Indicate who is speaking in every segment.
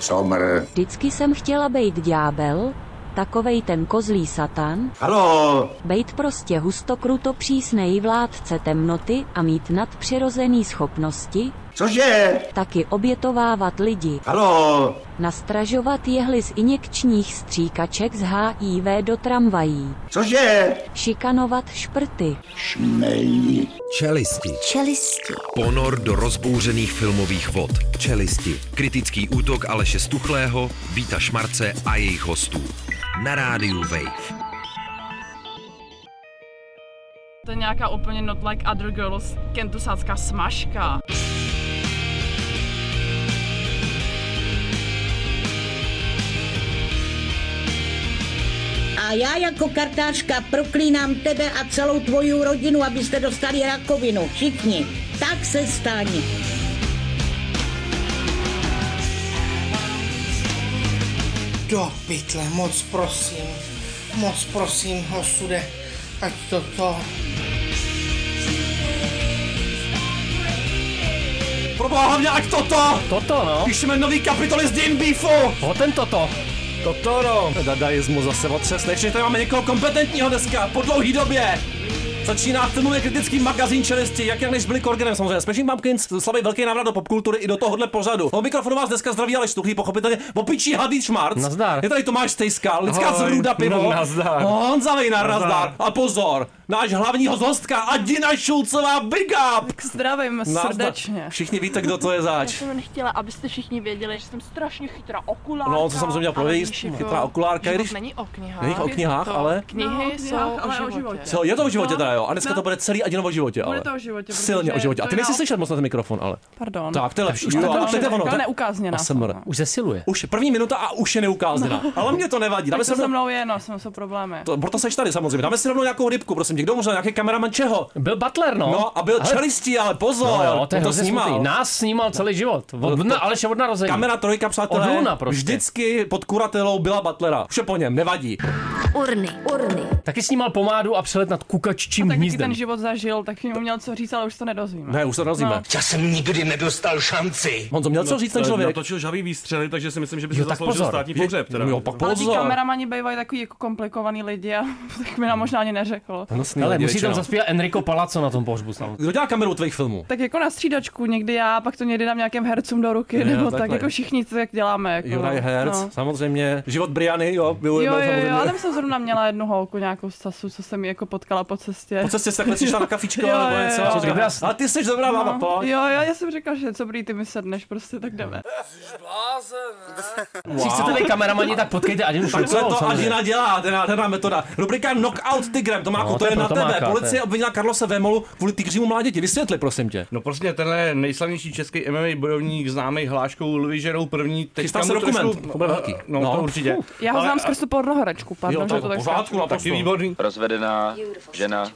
Speaker 1: Comr.
Speaker 2: Vždycky jsem chtěla bejt ďábel, takovej ten kozlý satan,
Speaker 1: Halo,
Speaker 2: bejt prostě hustokruto přísnej vládce temnoty a mít nadpřirozený schopnosti,
Speaker 1: cože?
Speaker 2: taky obětovávat lidi,
Speaker 1: Halo,
Speaker 2: nastražovat jehly z injekčních stříkaček z HIV do tramvají,
Speaker 1: cože?
Speaker 2: šikanovat šprty.
Speaker 1: Šmej.
Speaker 3: Čelisti.
Speaker 4: Čelisti.
Speaker 5: Ponor do rozbouřených filmových vod.
Speaker 3: Čelisti.
Speaker 5: Kritický útok Aleše Stuchlého, Víta Šmarce a jejich hostů. Na rádiu Wave.
Speaker 6: To je nějaká úplně not like other girls kentusácká smažka.
Speaker 7: A já jako kartářka proklínám tebe a celou tvoji rodinu, abyste dostali rakovinu. Všichni. Tak se staň.
Speaker 8: Do pytle, moc prosím, moc prosím, osude, ať to to...
Speaker 9: Proboha hlavně ať toto!
Speaker 10: Toto no,
Speaker 9: Píšeme nový kapitoly z Dean Beefu!
Speaker 10: o ten toto.
Speaker 9: Totoro! Dadaismu zase otřes, konečně tady máme někoho kompetentního dneska, po dlouhý době! Začíná filmově kritický magazín čelisti, jak jak než byli Korgenem samozřejmě. Smashing Pumpkins slaví velký návrat do popkultury i do tohohle pořadu. O mikrofonu vás dneska zdraví Aleš Tuchlý, pochopitelně opičí hadý šmarc.
Speaker 10: Nazdar.
Speaker 9: Je tady Tomáš Stejskal, lidská
Speaker 10: Ahoj. No,
Speaker 9: zrůda pivo.
Speaker 10: Nazdar.
Speaker 9: Honza Vejnar,
Speaker 10: Nazdar.
Speaker 9: nazdar. A pozor, náš hlavní host hostka Adina Šulcová, big up!
Speaker 6: Zdravím
Speaker 9: Nazdar.
Speaker 6: srdečně.
Speaker 9: Všichni víte, kdo to je
Speaker 6: Já
Speaker 9: zač.
Speaker 6: jsem chtěla, abyste všichni věděli, že jsem strašně chytrá okulárka.
Speaker 9: No, to jsem se měl
Speaker 6: ale
Speaker 9: povědět,
Speaker 6: víš, jako,
Speaker 9: chytrá okulárka, i
Speaker 6: život
Speaker 9: když-
Speaker 6: není o knihách.
Speaker 9: Není o knihách, ale-
Speaker 6: Knihy
Speaker 11: No, o
Speaker 6: jsou
Speaker 11: knihách, ale
Speaker 6: o
Speaker 11: o
Speaker 6: životě.
Speaker 11: životě.
Speaker 9: Co, je to o životě teda jo? A dneska
Speaker 11: No.
Speaker 9: to bude celý Adin o životě, ale.
Speaker 11: Bude to o životě,
Speaker 9: Silně o
Speaker 11: protože
Speaker 9: životě. A
Speaker 11: to
Speaker 9: ty
Speaker 11: je
Speaker 9: nejsi
Speaker 11: na-
Speaker 9: slyšet moc na ten mikrofon, ale.
Speaker 6: Pardon.
Speaker 9: Tak, to je lepší.
Speaker 6: už to
Speaker 9: Jo,
Speaker 6: bylo
Speaker 9: tak to je ono.
Speaker 6: všechno
Speaker 9: tak-
Speaker 6: neukázněná
Speaker 9: ASMR.
Speaker 6: jsem, no.
Speaker 10: Už zesiluje.
Speaker 9: Už první minuta a už je neukázněna.
Speaker 11: No.
Speaker 9: Ale mě to nevadí. Dáme
Speaker 6: Tak
Speaker 9: si
Speaker 6: to se
Speaker 9: rovnou...
Speaker 6: mnou je, no, jsou, jsou problémy.
Speaker 9: To, proto seš tady samozřejmě. Dáme si rovnou nějakou rybku, prosím tě. Kdo možná nějaký kameraman čeho?
Speaker 10: Byl Butler no.
Speaker 9: No a byl ale... čelistí, ale
Speaker 10: No
Speaker 9: pozor.
Speaker 10: jo, to je
Speaker 9: on to
Speaker 10: hrozně smutný.
Speaker 9: snímal.
Speaker 10: Nás snímal celý život. Od,
Speaker 9: To-
Speaker 10: na, Aleše od narození.
Speaker 9: Kamera trojka, přátelé,
Speaker 10: Od Luna prostě.
Speaker 9: vždycky pod kuratelou byla Butlera. Vše po něm, nevadí.
Speaker 4: Urny. Urny.
Speaker 10: Taky snímal pomádu a přelet nad kukaččím
Speaker 6: No, Tak taky
Speaker 10: hnízdem.
Speaker 6: ten život zažil, tak jim uměl co říct, ale už to nedozvíme.
Speaker 9: Ne, už se rozíme.
Speaker 6: No.
Speaker 9: Já jsem nikdy nedostal šanci. On to
Speaker 11: No,
Speaker 9: měl co říct ten člověk.
Speaker 11: Natočil žavý výstřely, takže si myslím, že by
Speaker 10: Jo,
Speaker 11: se
Speaker 10: tak
Speaker 11: zasloužil
Speaker 10: pozor.
Speaker 11: státní
Speaker 9: Je-
Speaker 11: pohřeb. Teda.
Speaker 9: Jo, pak
Speaker 6: Ale ti
Speaker 9: pozor.
Speaker 6: kameramani bývají takový jako komplikovaný lidi a tak mi nám možná ani neřekl.
Speaker 9: No, snímal,
Speaker 10: Ale musí
Speaker 9: děvče,
Speaker 10: tam
Speaker 9: no.
Speaker 10: zaspívat Enrico Palazzo na tom pohřbu samozřejmě.
Speaker 9: Kdo dělá kameru tvých filmů?
Speaker 6: Tak jako na střídačku někdy já, pak to někdy dám nějakým hercům do ruky,
Speaker 9: Jo,
Speaker 6: nebo tak
Speaker 9: takhle.
Speaker 6: jako všichni to jak děláme. Jako,
Speaker 9: Juraj Herc,
Speaker 6: no.
Speaker 9: samozřejmě. Život Briany, jo,
Speaker 6: Jo,
Speaker 9: byl
Speaker 6: jo,
Speaker 9: samozřejmě.
Speaker 6: jo, ale tam jsem zrovna měla jednu holku nějakou z Sasu, co jsem ji jako potkala po cestě.
Speaker 9: Po cestě jsi takhle přišla na kafičko,
Speaker 6: Jo,
Speaker 9: nebo
Speaker 6: jo,
Speaker 9: něco.
Speaker 6: jo.
Speaker 9: a říkám, A ty jsi dobrá máma,
Speaker 6: no.
Speaker 9: pojď. No.
Speaker 6: Jo, jo, já jsem říkala, že co brý, ty mi sedneš, prostě tak jdeme.
Speaker 10: Když chcete být kameramani, tak potkejte Adinu
Speaker 9: Tak co je
Speaker 10: Šulcovou.
Speaker 9: to
Speaker 10: samozřejmě.
Speaker 9: Adina dělá, teda, teda metoda. Rubrika Knockout Tigrem, Tomáku,
Speaker 10: No,
Speaker 9: to
Speaker 10: to
Speaker 9: je
Speaker 10: je pro
Speaker 9: na tebe.
Speaker 10: Tomáka, to je-
Speaker 9: Policie obvinila Karlose Vémolu kvůli tygřímu mláděti. Vysvětli, prosím tě.
Speaker 11: No prostě tenhle nejslavnější český MMA bojovník známý hláškou Lvižerou první. Teďka
Speaker 9: Chystá se
Speaker 11: mu trošku-
Speaker 9: dokument, to bude velký.
Speaker 11: No,
Speaker 9: No.
Speaker 11: no, to určitě.
Speaker 6: Já ho
Speaker 11: Ale-
Speaker 6: znám skrz tu pornohračku, pardon, že to tak
Speaker 9: pořádku, no, tak
Speaker 11: Taky výborný.
Speaker 12: Rozvedená žena,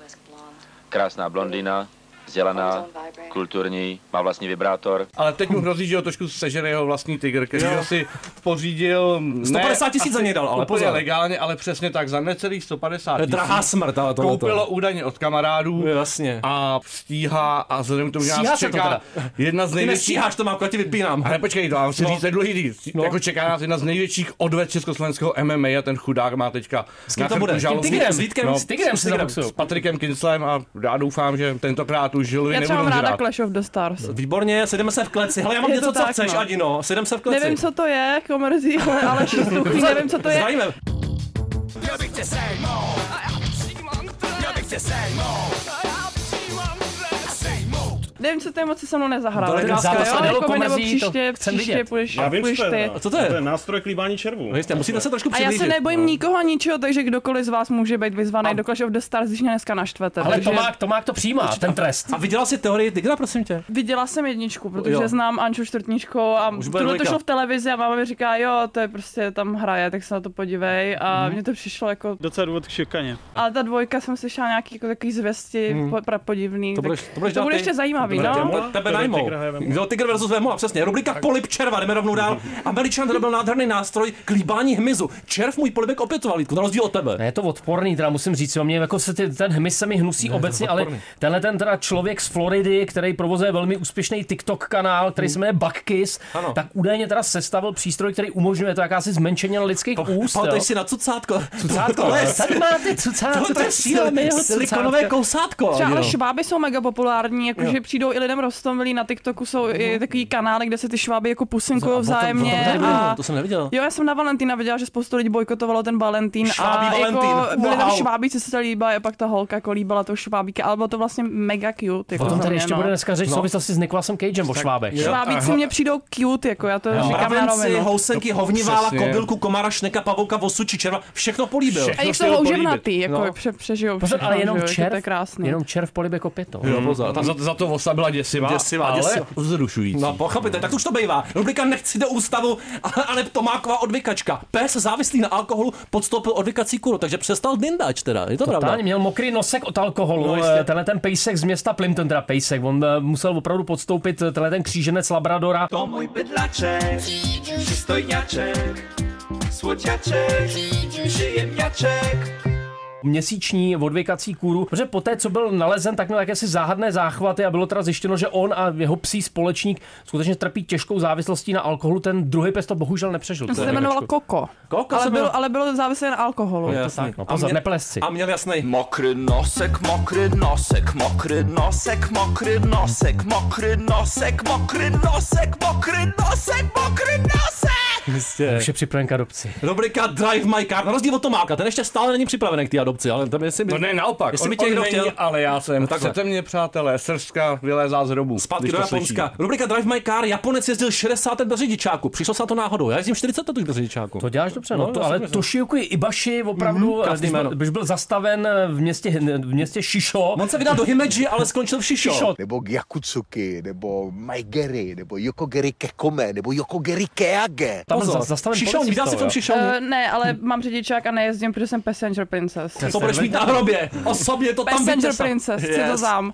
Speaker 12: krásná blondýna, vzdělaná, kulturní, má vlastní vibrátor.
Speaker 11: Ale teď mu hrozí, že ho trošku sežere jeho vlastní tygr, který ho si pořídil... ne,
Speaker 9: 150 tisíc
Speaker 11: asi
Speaker 9: za něj dal, ale
Speaker 11: úplně
Speaker 9: pozor.
Speaker 11: legálně, ale přesně tak, za necelých 150
Speaker 9: To je
Speaker 11: tisíc.
Speaker 9: drahá smrt, ale tohle.
Speaker 11: Koupilo údajně od kamarádů.
Speaker 9: Jasně.
Speaker 11: a stíhá a vzhledem k tomu, že
Speaker 10: Stíhá
Speaker 11: nás
Speaker 10: se to
Speaker 11: čeká jedna z
Speaker 9: Ty
Speaker 11: největších...
Speaker 9: nestíháš, Tomáku, já ti vypínám.
Speaker 11: Ale počkej, to vám si
Speaker 9: No.
Speaker 11: říct, to je dlouhý říct.
Speaker 9: No.
Speaker 11: Jako čeká nás jedna z největších odved československého MMA a ten chudák má teďka s
Speaker 9: kým to bude? S tím
Speaker 10: Tigrem,
Speaker 9: s Vítkem,
Speaker 11: No,
Speaker 10: s Tigrem si zaboxuju.
Speaker 11: s Patrikem Kinslem a já doufám, že tentokrát už Lvi
Speaker 6: Já třeba mám
Speaker 11: nebudou
Speaker 6: ráda
Speaker 11: žrát.
Speaker 6: Clash of the Stars.
Speaker 9: No. Výborně, sedeme se v kleci. Hele, já mám
Speaker 6: Je to
Speaker 9: něco, co
Speaker 6: tak,
Speaker 9: chceš,
Speaker 6: no.
Speaker 9: Adino. Sedem se v kleci.
Speaker 6: Nevím, co to je, komerzí, ale, ale šestuchy, nevím, co to je.
Speaker 9: Zdravíme.
Speaker 6: Nevím, co to je, moc si se mnou nezahrála.
Speaker 9: Daleká zápas
Speaker 6: jo,
Speaker 10: Adelu
Speaker 6: jako mi nebo
Speaker 10: Komerzí, to
Speaker 6: příště,
Speaker 10: chcem
Speaker 6: příště
Speaker 10: vidět.
Speaker 6: půjdeš,
Speaker 11: Já vím,
Speaker 6: půjdeš
Speaker 11: co to je.
Speaker 6: ty.
Speaker 11: no.
Speaker 9: Co to je?
Speaker 11: To je nástroj k líbání červů.
Speaker 9: No jistě, musíte se trošku
Speaker 6: A já
Speaker 9: přiblížit. no.
Speaker 6: se nebojím nikoho ničeho, takže kdokoliv z vás může být vyzvaný do Clash of the Stars, když mě dneska naštvete.
Speaker 10: Ale
Speaker 6: takže
Speaker 10: Tomák, Tomák to přijímá, ten trest.
Speaker 9: A viděla jsi teorii Tigra, prosím tě?
Speaker 6: viděla jsem jedničku, protože
Speaker 9: Jo.
Speaker 6: znám Anču čtvrtničkou a
Speaker 9: Už bude
Speaker 6: tohle to
Speaker 9: dvojka.
Speaker 6: šlo v televizi a máma mi říká, jo, to je prostě tam hraje, tak se na to podívej a
Speaker 9: Mhm.
Speaker 6: mně to přišlo jako,
Speaker 11: Docela důvod k šikaně.
Speaker 6: ale ta dvojka jsem slyšela nějaký jako takový zvěsti, mm. podivný,
Speaker 9: To budeš-
Speaker 6: tak
Speaker 9: Mhm. to budeš dát
Speaker 6: bude
Speaker 9: ty.
Speaker 6: ještě no. zajímavé. Červená vína.
Speaker 9: Tebe najmou. Jo, Tiger versus Vemo, přesně. Rubrika Polip červa, jdeme rovnou dál. Američan to byl nádherný nástroj k líbání hmyzu. Červ můj polibek opětoval, Vítku, na rozdíl od tebe.
Speaker 11: Ne, je to odporný, teda musím říct, jo, mě jako se ty, ten hmyz se mi hnusí
Speaker 9: Ne,
Speaker 11: ne,
Speaker 9: je to
Speaker 11: obecně, ale
Speaker 9: odporný.
Speaker 11: tenhle ten teda člověk z Floridy, který provozuje velmi úspěšný TikTok kanál, který se jmenuje Buckkiss,
Speaker 9: Ano.
Speaker 11: tak údajně teda sestavil přístroj, který umožňuje to jakási zmenšení lidských úst. jo.
Speaker 9: Pamatuješ si na cucátko.
Speaker 11: Cucátko,
Speaker 9: les.
Speaker 11: Tady máte cucátko,
Speaker 9: Tohle to je
Speaker 11: tak
Speaker 9: šílený, jeho
Speaker 11: cucátko.
Speaker 9: silikonové kousátko. no.
Speaker 6: Třeba ale
Speaker 9: jo.
Speaker 6: šváby jsou mega populární, jakože přijdou i lidem rostomilí na TikToku, jsou
Speaker 9: Mhm.
Speaker 6: i takový kanály, kde se ty šváby jako pusinkují
Speaker 9: To,
Speaker 6: vzájemně.
Speaker 9: to, to,
Speaker 6: a-
Speaker 9: to jsem neviděl.
Speaker 6: Jo, já jsem na Valentína viděla, že spoustu lidí bojkotovalo ten Valentín
Speaker 9: Švábí
Speaker 6: a
Speaker 9: Valentín.
Speaker 6: jako byly tam
Speaker 9: Wow.
Speaker 6: švábí, co se to líbá, a pak ta holka jako líbala toho švábíka, ale bylo to vlastně mega cute. Jako
Speaker 11: O tom
Speaker 6: za
Speaker 11: tady
Speaker 6: mě,
Speaker 11: ještě
Speaker 6: no.
Speaker 11: bude dneska řeč v
Speaker 9: No.
Speaker 11: souvislosti s Nikolasem Cagem o švábech.
Speaker 9: Jo.
Speaker 6: Švábíci
Speaker 9: Aha.
Speaker 6: mě přijdou cute, jako já to říkám na
Speaker 9: Mravenci,
Speaker 6: rovinu.
Speaker 9: housenky, hovnivála,
Speaker 13: Přesně.
Speaker 9: kobylku, komara, šneka, pavouka, vosu či červa, všechno políbil.
Speaker 6: A jak
Speaker 11: prostě
Speaker 13: chtěl
Speaker 6: jsou houževnatý,
Speaker 9: políbit,
Speaker 6: jako
Speaker 9: no.
Speaker 6: pře- přežijou
Speaker 11: Pozor, ale
Speaker 6: všechno,
Speaker 11: jenom
Speaker 6: že jo, jako
Speaker 11: červ,
Speaker 6: to je krásný.
Speaker 11: jenom červ polibek opěto.
Speaker 13: Jo, pozor. Za, za to vosa byla děsivá,
Speaker 9: Děsivá,
Speaker 13: ale
Speaker 9: děsivá.
Speaker 13: vzrušující.
Speaker 9: No, pochopíte, tak už to bývá. Rubrika Nechci do ústavu, ale Tomáková odvykačka. Pes závislý na alkoholu podstoupil odvykací kuru, takže přestal dindač teda. Je to pravda?
Speaker 11: Totálně měl mokrý nosek od alkoholu. No,
Speaker 9: No, jistě.
Speaker 11: tenhle ten pejsek z města Plimpton, teda pejsek, on eh, musel opravdu podstoupit eh, tenhle ten kříženec Labradora.
Speaker 14: To mój bydlaczek, przystojniaczek, słodziaczek, przyjemniaczek.
Speaker 11: měsíční odvykací kůru, protože poté, co byl nalezen, tak měl jakési záhadné záchvaty a bylo teda zjištěno, že on a jeho psí společník skutečně trpí těžkou závislostí na alkoholu. Ten druhý pes to bohužel nepřežil.
Speaker 6: On se jmenoval Koko.
Speaker 9: Koko se
Speaker 6: Ale byl,
Speaker 9: jmenoval-
Speaker 6: ale byl závislý na alkoholu.
Speaker 9: Jo.
Speaker 11: To
Speaker 9: Jasný.
Speaker 11: tak, no,
Speaker 9: A
Speaker 11: pozor,
Speaker 9: mě-
Speaker 11: neplesci.
Speaker 9: A měl jasný.
Speaker 14: Mokry nosek, mokry nosek, mokry nosek, mokry nosek, mokry nosek, mokry nosek, mokry nosek, mokry nosek!
Speaker 11: Už je připraven k adopci.
Speaker 9: Rubrika Drive My Car, na rozdíl od Tomáka, ten ještě stále není připravený k té adopci, ale tam jestli by...
Speaker 13: No ne, naopak,
Speaker 9: Jestli
Speaker 13: on,
Speaker 9: by tě
Speaker 13: on
Speaker 9: někdo
Speaker 13: není,
Speaker 9: chtěl- No
Speaker 13: ale já jsem.
Speaker 9: takhle.
Speaker 13: Chcete mě, přátelé, srska vylézá z robu.
Speaker 9: Zpátky
Speaker 13: když
Speaker 9: do
Speaker 13: to slyší.
Speaker 9: Japonska. Rubrika Drive My Car, Japonec jezdil 60 let bez řidičáku. Přišlo se na to náhodou. Já jezdím 40 let už bez řidičáku.
Speaker 11: To děláš dobře, no,
Speaker 9: No,
Speaker 11: to,
Speaker 9: já si
Speaker 11: ale
Speaker 9: myslím.
Speaker 11: Toshiyuki Ibashi opravdu,
Speaker 9: Mhm, krásný
Speaker 11: mm-hmm, když,
Speaker 9: jméno.
Speaker 11: byl, když byl zastaven v městě, v městě Shisho,
Speaker 9: On se vydal do Himeji, ale skončil v Shisho.
Speaker 11: Shisho,
Speaker 5: nebo Yakutsuki, nebo Maigeri, nebo Yokogeri Kekome, nebo Yokogeri Keage.
Speaker 11: tam byl
Speaker 9: Pozor,
Speaker 11: za- zastaven
Speaker 9: Shisho, vydal si v tom
Speaker 11: policistou,
Speaker 9: Shisho.
Speaker 6: Eh, ne, ale mám řidičák a nejezdím, protože jsem Passenger Princess.
Speaker 9: To budeš mít na hrobě. Osobně to tam
Speaker 6: Passenger
Speaker 9: vytesat.
Speaker 6: Princess, chci to zám.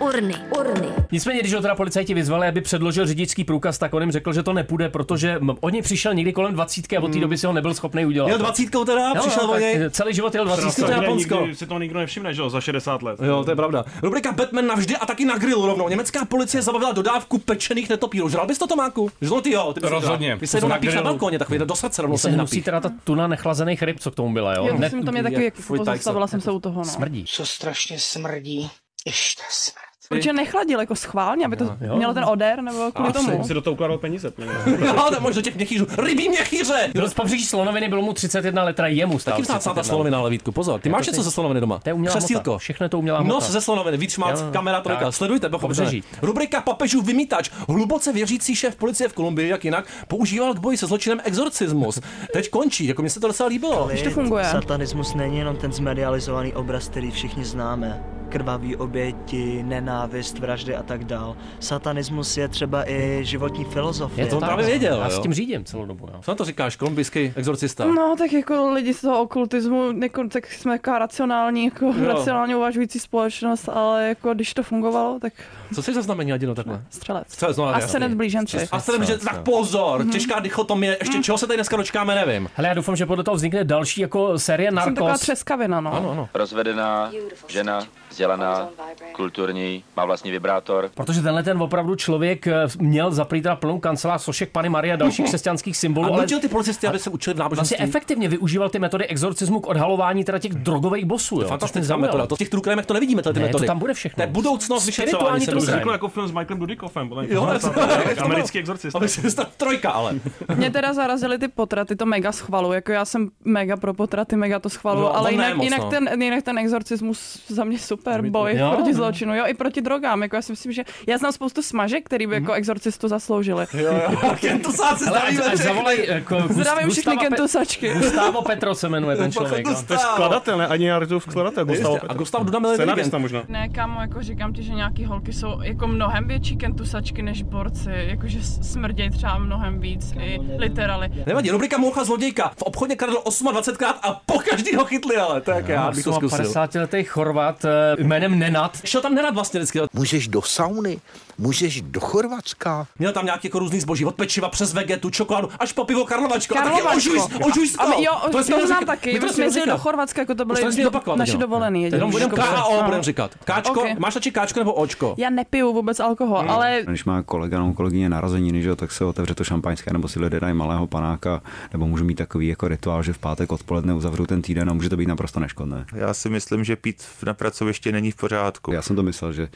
Speaker 4: urny, urny,
Speaker 11: jo. Nicméně, když ho teda policajti vyzvali, aby předložil řidičský průkaz, tak on jim řekl, že to nepůjde, protože m- o něj přišel někdy kolem 20 a od té doby si ho nebyl schopný udělat.
Speaker 9: Mhm. Jel dvacítkou teda,
Speaker 11: Jo,
Speaker 9: přišel
Speaker 11: jo,
Speaker 9: o
Speaker 11: tak
Speaker 9: něj.
Speaker 11: Celý život jel 20.
Speaker 9: Prostě to je Japonsko.
Speaker 15: Si to nikdo nevšimne, že jo, za 60 let.
Speaker 9: Jo, to je pravda. Rubrika Batman navždy a taky na grill rovnou. Německá policie zabavila dodávku pečených netopírů. Žral bys to, Tomáku? Žral ty jo. Ty bys
Speaker 13: Rozhodně.
Speaker 9: Ty se jenom
Speaker 13: Na
Speaker 9: napíš na
Speaker 13: grilu.
Speaker 9: balkoně, takový do srdce rovnou
Speaker 11: Mně se
Speaker 9: se
Speaker 11: hnusí
Speaker 9: napíš.
Speaker 11: teda ta tuna nechlazených ryb, co k tomu byla, jo?
Speaker 6: Jo,
Speaker 11: ne,
Speaker 6: myslím, to mě taky
Speaker 9: jak
Speaker 6: jak
Speaker 9: Fuj Tyson.
Speaker 6: pozastavila jsem se u toho, no.
Speaker 11: smrdí.
Speaker 8: Co strašně smrdí. Ještě smrt.
Speaker 6: Určitě nechladil jako schválně, aby to
Speaker 11: jo.
Speaker 6: mělo ten odér, nebo kvůli tomu.
Speaker 15: Si do toho ukládal peníze. plně.
Speaker 9: No, to možná těch měchýřů. Rybí měchýře!
Speaker 11: Byl z pobřeží slonoviny, bylo mu 31 let, teda jemu stál.
Speaker 9: Taky vzácná ta
Speaker 11: 31.
Speaker 9: slonovina, ale Vítku, pozor. Ty
Speaker 11: Já
Speaker 9: máš
Speaker 11: to
Speaker 9: něco
Speaker 11: si-
Speaker 9: ze slonoviny doma?
Speaker 11: Jako To je umělá
Speaker 9: Křesílko.
Speaker 11: hmota. Všechno je to umělá
Speaker 9: Nos
Speaker 11: hmota.
Speaker 9: ze slonoviny, výčmac,
Speaker 11: Jo, jo.
Speaker 9: kamera trojka.
Speaker 11: Tak.
Speaker 9: Sledujte, pochopitelně.
Speaker 11: Pobřeží.
Speaker 9: Rubrika Papežův vymítač. Hluboce věřící šéf policie v Kolumbii, jak jinak, používal k boji se zločinem exorcismus. Teď končí, jako mně se to docela líbilo.
Speaker 6: Když to funguje.
Speaker 16: Satanismus není jenom ten zmedializovaný obraz, který všichni známe. Krvavý oběti, nenávist, vraždy a tak dál. Satanismus je třeba i životní filozofie.
Speaker 11: Je to
Speaker 9: On
Speaker 11: tak,
Speaker 9: právě věděl,
Speaker 11: Já
Speaker 9: jo.
Speaker 11: s tím řídím celou dobu, jo.
Speaker 9: Co na to říkáš, kolumbijský exorcista?
Speaker 6: No, tak jako lidi z toho okultismu, jako, tak jsme jako racionální, jako
Speaker 9: Jo.
Speaker 6: racionálně uvažující společnost, ale jako když to fungovalo, tak
Speaker 9: Co jsi zaznamení Adino takhle?
Speaker 6: střelec.
Speaker 9: Střelec, no, jasně.
Speaker 6: Ascendent blíženci.
Speaker 9: A jsem, že tak pozor,
Speaker 11: Mhm.
Speaker 9: těžká dichotomie, ještě čeho se tady dneska dočkáme, nevím.
Speaker 11: Hele, já doufám, že podle toho vznikne další jako série
Speaker 6: Jsem taková
Speaker 11: Narcos.
Speaker 6: třeskavina, no.
Speaker 9: Ano, ano.
Speaker 12: Rozvedená, žena, vzdělaná, kulturní, má vlastní vibrátor.
Speaker 11: Protože tenhle ten opravdu člověk eh, měl zaprý teda plnou kancelář sošek Pany Maria a dalších křesťanských
Speaker 9: A
Speaker 11: symbolů, ale
Speaker 9: nutil ty policisty, aby se učili v
Speaker 11: vlastně
Speaker 9: náboženství.
Speaker 11: efektivně využíval ty metody exorcismu k odhalování teda těch drogových bosů, jo. což mě
Speaker 9: Fantastická
Speaker 11: zaujalo.
Speaker 9: metoda. To v těch trukremech to nevidíme, tyhle ty
Speaker 11: Ne, to
Speaker 9: metody.
Speaker 11: tam bude všechno.
Speaker 9: To je budoucnost vyšetřování
Speaker 11: Spirituální
Speaker 9: se
Speaker 11: true
Speaker 9: dobře.
Speaker 11: crime.
Speaker 15: Vznikl jako film s Michaelem Dudikoffem, podle mě.
Speaker 9: Jo,
Speaker 15: Tohle
Speaker 9: jasně.
Speaker 15: to byl
Speaker 9: Jak to
Speaker 15: americký
Speaker 9: bylo?
Speaker 15: exorcista.
Speaker 9: Ale jsi trojka, ale.
Speaker 6: Mě teda zarazily ty potraty, to mega schvalu, jako já jsem mega pro potraty, mega to schvalu,
Speaker 9: No,
Speaker 6: ale
Speaker 9: on ne
Speaker 6: jinak,
Speaker 9: moc,
Speaker 6: jinak,
Speaker 9: no.
Speaker 6: ten, jinak ten exorcismus za mě super boj
Speaker 11: Jo,
Speaker 6: proti
Speaker 11: no.
Speaker 6: zločinu, jo, i proti drogám, jako já si myslím, že já znám spoustu smažek, který by
Speaker 9: Mhm.
Speaker 6: jako exorcistu zasloužili.
Speaker 9: to sáci
Speaker 11: Ale
Speaker 9: zdraví
Speaker 11: ať- ať zavolej, eh, ko- Gust-
Speaker 6: Zdravím všechny
Speaker 11: Gustava Pe-
Speaker 6: kentusačky.
Speaker 11: Gustavo Petro se jmenuje ten člověk. no.
Speaker 15: To je skladatel, ne? Ani já v skladatel, Gustavo
Speaker 9: A
Speaker 15: Petr.
Speaker 9: Gustav Duda byl
Speaker 15: Scenarista možná.
Speaker 6: Ne, kámo, jako říkám ti, že nějaký holky jsou jako mnohem větší kentusačky než borci, jakože smrdějí třeba mnohem víc i literally.
Speaker 9: Nevadí, rubrika Moucha zlodějka. V obchodě kradl 28krát a po každý ho chytli, ale tak já bych to zkusil.
Speaker 11: 50 letý Chorvat eh, jménem Nenad. Šel tam Nenad vlastně vždycky.
Speaker 5: Můžeš do sauny, můžeš do Chorvatska.
Speaker 9: Měl tam nějaký jako různý zboží, od pečiva přes vegetu, čokoládu, až po pivo Karlovačko.
Speaker 6: Karlovačko.
Speaker 9: Ožujsko, ožujsko.
Speaker 6: A my- jo, to,
Speaker 9: jsme
Speaker 6: to znám
Speaker 9: neříkali.
Speaker 6: taky.
Speaker 9: My to
Speaker 6: My
Speaker 9: jsme
Speaker 6: jsme jezdili
Speaker 9: neříkali.
Speaker 6: do Chorvatska, jako to
Speaker 9: Už
Speaker 6: byly
Speaker 9: to nesmí
Speaker 6: do,
Speaker 9: opakovat,
Speaker 6: naše
Speaker 9: jo.
Speaker 6: dovolený.
Speaker 9: Tak Jenom budeme
Speaker 6: jedničko, protože-
Speaker 9: KO,
Speaker 6: no.
Speaker 9: budeme říkat. Káčko,
Speaker 6: Ok.
Speaker 9: máš radši káčko nebo očko?
Speaker 6: Já nepiju vůbec alkohol, ale
Speaker 17: Když má kolega nebo kolegyně narozeniny, že, jo, tak se otevře to šampaňské, nebo si lidé dají malého panáka, nebo můžu mít takový jako rituál, že v pátek odpoledne uzavřu ten týden a může to být naprosto neškodné.
Speaker 18: Já si myslím, že pít v- na pracovišti není v pořádku.
Speaker 17: Já jsem to myslel, že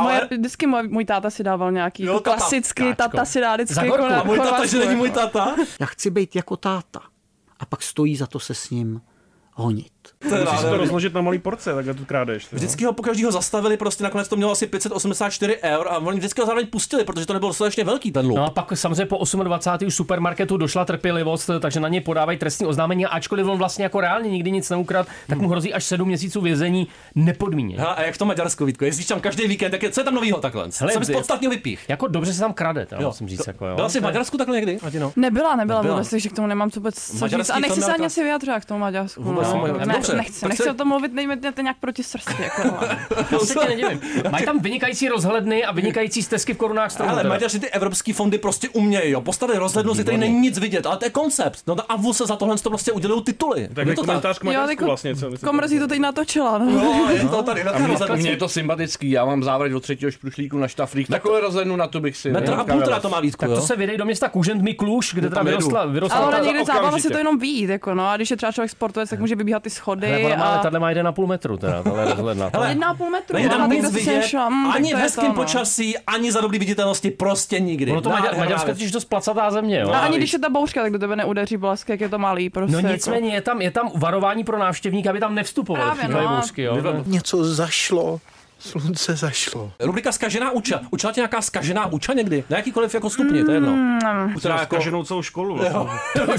Speaker 6: moje, vždycky můj, můj táta si dával nějaký jo,
Speaker 9: tata.
Speaker 6: klasický,
Speaker 9: Káčko.
Speaker 6: tata si dá vždycky jako
Speaker 9: Za gorku.
Speaker 6: na
Speaker 9: A můj tata,
Speaker 6: Chorvatsku,
Speaker 9: že není
Speaker 6: jako.
Speaker 9: můj tata?
Speaker 19: Já chci být jako táta. A pak stojí za to se s ním honit.
Speaker 15: Musíš to rozložit na malý porce, takhle tu krádeš. ty, no.
Speaker 9: Vždycky ho po každýho zastavili, prostě nakonec to mělo asi 584 eur a oni vždycky ho zároveň pustili, protože to nebylo strašně velký ten lup.
Speaker 11: No a pak samozřejmě po 28. už supermarketu došla trpělivost, takže na něj podávají trestní oznámení a ačkoliv on vlastně jako reálně nikdy nic neukrad, tak mu hrozí až 7 měsíců vězení nepodmíněně.
Speaker 9: Hele, a jak to Maďarsko, Vítko, jezdíš tam každý víkend, tak je, co je tam novýho takhle? Hele,
Speaker 11: Hele,
Speaker 9: jsem
Speaker 11: ty-
Speaker 9: podstatně vypích.
Speaker 11: Jako dobře se tam krade, teda,
Speaker 9: Jo,
Speaker 11: musím říct.
Speaker 9: to-
Speaker 11: jako, jo.
Speaker 9: byla jsi v
Speaker 11: To je-
Speaker 9: Maďarsku takhle někdy? Adino.
Speaker 6: Nebyla, nebyla,
Speaker 11: Nebyla.
Speaker 6: nebyla. vůbec, takže k tomu nemám vůbec co říct.
Speaker 11: Maďarský
Speaker 6: A nechci se
Speaker 11: filmelka.
Speaker 6: ani asi vyjadřovat k tomu Maďarsku.
Speaker 11: Vůbec
Speaker 6: no.
Speaker 11: ne,
Speaker 6: ne,
Speaker 11: dobře.
Speaker 6: nechci,
Speaker 11: Tak
Speaker 6: nechci
Speaker 11: se-
Speaker 6: o tom mluvit, nejměte to nějak proti srsti. Jako, hele.
Speaker 11: To se tě nedivím. Mají tam vynikající rozhledny a vynikající stezky v korunách stromů.
Speaker 9: Ale
Speaker 11: teda.
Speaker 9: Maďaři ty evropské fondy prostě umějí, jo. Postavili rozhlednu, že tady není nic vidět, ale to je koncept. No a VU se za tohle to prostě udělují tituly.
Speaker 15: Tak je
Speaker 9: to
Speaker 15: komentář k
Speaker 6: Jo,
Speaker 15: Maďarsku
Speaker 6: jako-
Speaker 15: vlastně. Co,
Speaker 6: Komrzí to teď natočila. No.
Speaker 9: Jo, je to tady na
Speaker 13: A
Speaker 9: té
Speaker 13: mě,
Speaker 9: rozhlednu.
Speaker 13: mě je to sympatický, já mám závrať do třetího šprušlíku na štaflík. Takové rozhlednu na to bych si...
Speaker 11: Metr a
Speaker 13: nenechal
Speaker 11: půl teda
Speaker 13: vést.
Speaker 11: to má Vítku, Tak to jo? se vydej do města Kužentmi Kluž, kde teda
Speaker 13: tam jedu.
Speaker 11: vyrostla, vyrostla
Speaker 6: Ale
Speaker 11: ta-
Speaker 6: ona
Speaker 11: ta-
Speaker 6: někde zábava si
Speaker 11: okamžitě.
Speaker 6: to jenom vyjít, jako no, a když je třeba člověk sportovec, tak může vybíhat ty
Speaker 11: Hele,
Speaker 6: schody.
Speaker 11: ona má, ale
Speaker 6: A...
Speaker 11: tahle má 1,5 metru, teda, tahle rozhledna.
Speaker 9: Hele,
Speaker 6: Jedna a půl metru,
Speaker 9: Není
Speaker 6: aha,
Speaker 9: tam
Speaker 6: tak
Speaker 9: nic
Speaker 6: zase
Speaker 9: vidět,
Speaker 6: šla, mm, tak
Speaker 9: ani
Speaker 6: to
Speaker 9: v
Speaker 6: je to,
Speaker 9: hezkém
Speaker 6: no.
Speaker 9: počasí, ani za dobrý viditelnosti, prostě nikdy.
Speaker 11: Ono to Maďar, Maďarsko je totiž dost placatá země, jo.
Speaker 6: A ani když je ta bouřka, tak do tebe neudeří blesk, jak je to malý prostě.
Speaker 11: No
Speaker 6: jako.
Speaker 11: nicméně je tam, je tam varování pro návštěvníka, aby tam nevstupovali.
Speaker 6: Právě,
Speaker 11: v té
Speaker 6: no.
Speaker 11: bouřky, jo.
Speaker 5: Něco zašlo, slunce zašlo.
Speaker 9: Rubrika Skažená uča. Učila tě nějaká skažená uča někdy? Na jakýkoliv jako stupni, to je jedno.
Speaker 11: Mm,
Speaker 15: Která jako... Zkaženou celou školu. vlastně.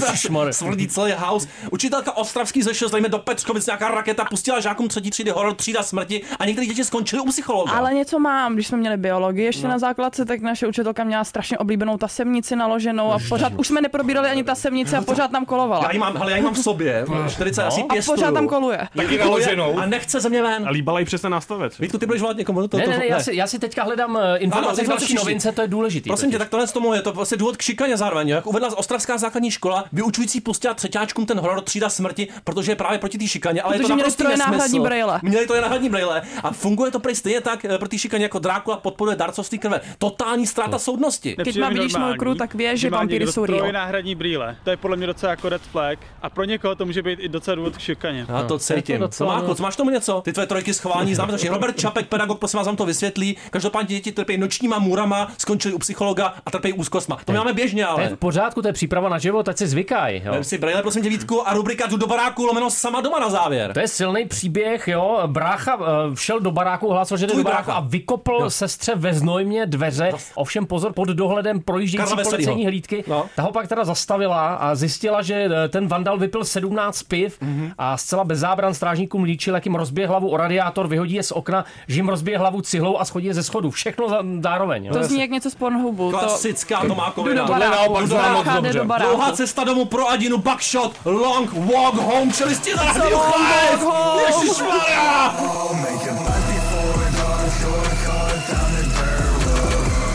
Speaker 9: Svrdí celý house. Učitelka Ostravský ze 6 do Peckovic, nějaká raketa pustila žákům třetí třídy horor třída smrti a některé děti skončily u psychologa.
Speaker 6: Ale něco mám, když jsme měli biologii
Speaker 9: No.
Speaker 6: ještě na základce, tak naše učitelka měla strašně oblíbenou tasemnici naloženou a pořád už jsme neprobírali ani tasemnici a pořád nám kolovala.
Speaker 9: Já ji mám, hele, já ji mám v sobě,
Speaker 15: No.
Speaker 9: 40 asi
Speaker 6: A
Speaker 9: pěstuju.
Speaker 6: pořád tam koluje.
Speaker 9: Taky naloženou. A nechce ze mě ven.
Speaker 15: A líbala jí přesně nástavec.
Speaker 9: Vítku, ty budeš volat někomu? no To,
Speaker 11: Ne,
Speaker 9: to,
Speaker 11: ne, ne, já si, já si teďka hledám eh,
Speaker 9: Ano,
Speaker 11: informace
Speaker 9: tak
Speaker 11: v
Speaker 9: další
Speaker 11: další
Speaker 9: šíři.
Speaker 11: novince, to je důležitý.
Speaker 9: Prosím tě, tak tohle z tomu je to vlastně důvod k šikaně zároveň. jo. Jak uvedla z Ostravská základní škola, vyučující pustila třeťáčkům ten horor třída smrti, protože je právě proti té šikaně, ale je
Speaker 6: Protože
Speaker 9: to
Speaker 6: měli
Speaker 9: naprostý
Speaker 6: stroje
Speaker 9: nesmysl.
Speaker 6: náhradní brejle.
Speaker 9: Měli to je náhradní brejle a funguje to prý stejně tak eh, pro ty šikaně jako Drákula podporuje darcovství krve. Totální ztráta soudnosti.
Speaker 6: Když má vidíš mou kru, tak víš, že
Speaker 20: má
Speaker 6: vampíry
Speaker 20: někdo
Speaker 6: jsou
Speaker 20: troj
Speaker 6: real.
Speaker 20: náhradní brýle. To je podle mě docela jako red flag. A pro někoho to může být i docela důvod k šikaně.
Speaker 9: Já to cítím. To docela, Tomáku, co máš tomu něco? Ty tvoje trojky schování známe, takže Robert Čapek, pedagog, prosím vás, vám to vysvětlí. Každopádně děti trpí nočníma můrama, skončili u psychologa a trpí úzkostma. To máme běžně,
Speaker 11: To je v
Speaker 9: ale.
Speaker 11: pořádku, to je příprava na život, ať si zvykaj. Jo.
Speaker 9: Vem si brejle, prosím tě, Vítku, a rubrika jdu do baráku, lomeno sama doma na závěr.
Speaker 11: To je silný příběh, jo. Brácha eh, všel do baráku, hlásil, že jde
Speaker 9: Tvůj
Speaker 11: do baráku
Speaker 9: brácha.
Speaker 11: a vykopl sestře ve znojmě dveře. Ovšem pozor, pod dohledem projíždějící
Speaker 9: Karla Veselýho. No.
Speaker 11: policejní hlídky. Ta ho pak teda zastavila a zjistila, že eh, ten vandal vypil 17 piv
Speaker 9: Mhm.
Speaker 11: a zcela bez zábran strážníkům líčil, jak jim rozbije hlavu o radiátor, vyhodí je z okna, že jim rozbije hlavu cihlou a schodí je ze schodu. Všechno za- zároveň. Jo.
Speaker 6: To zní jak něco z Pornhubu. to-
Speaker 9: Jako Klasická
Speaker 6: Jdu
Speaker 9: Tomákovina.
Speaker 6: do baráku, jdu do baráka, jde do baráku.
Speaker 9: Dlouhá cesta domů pro Adinu, Buckshot, Long Walk Home, čelisti na rádiu
Speaker 14: Long
Speaker 9: Chláec!
Speaker 14: walk home.
Speaker 9: Ježišmarja!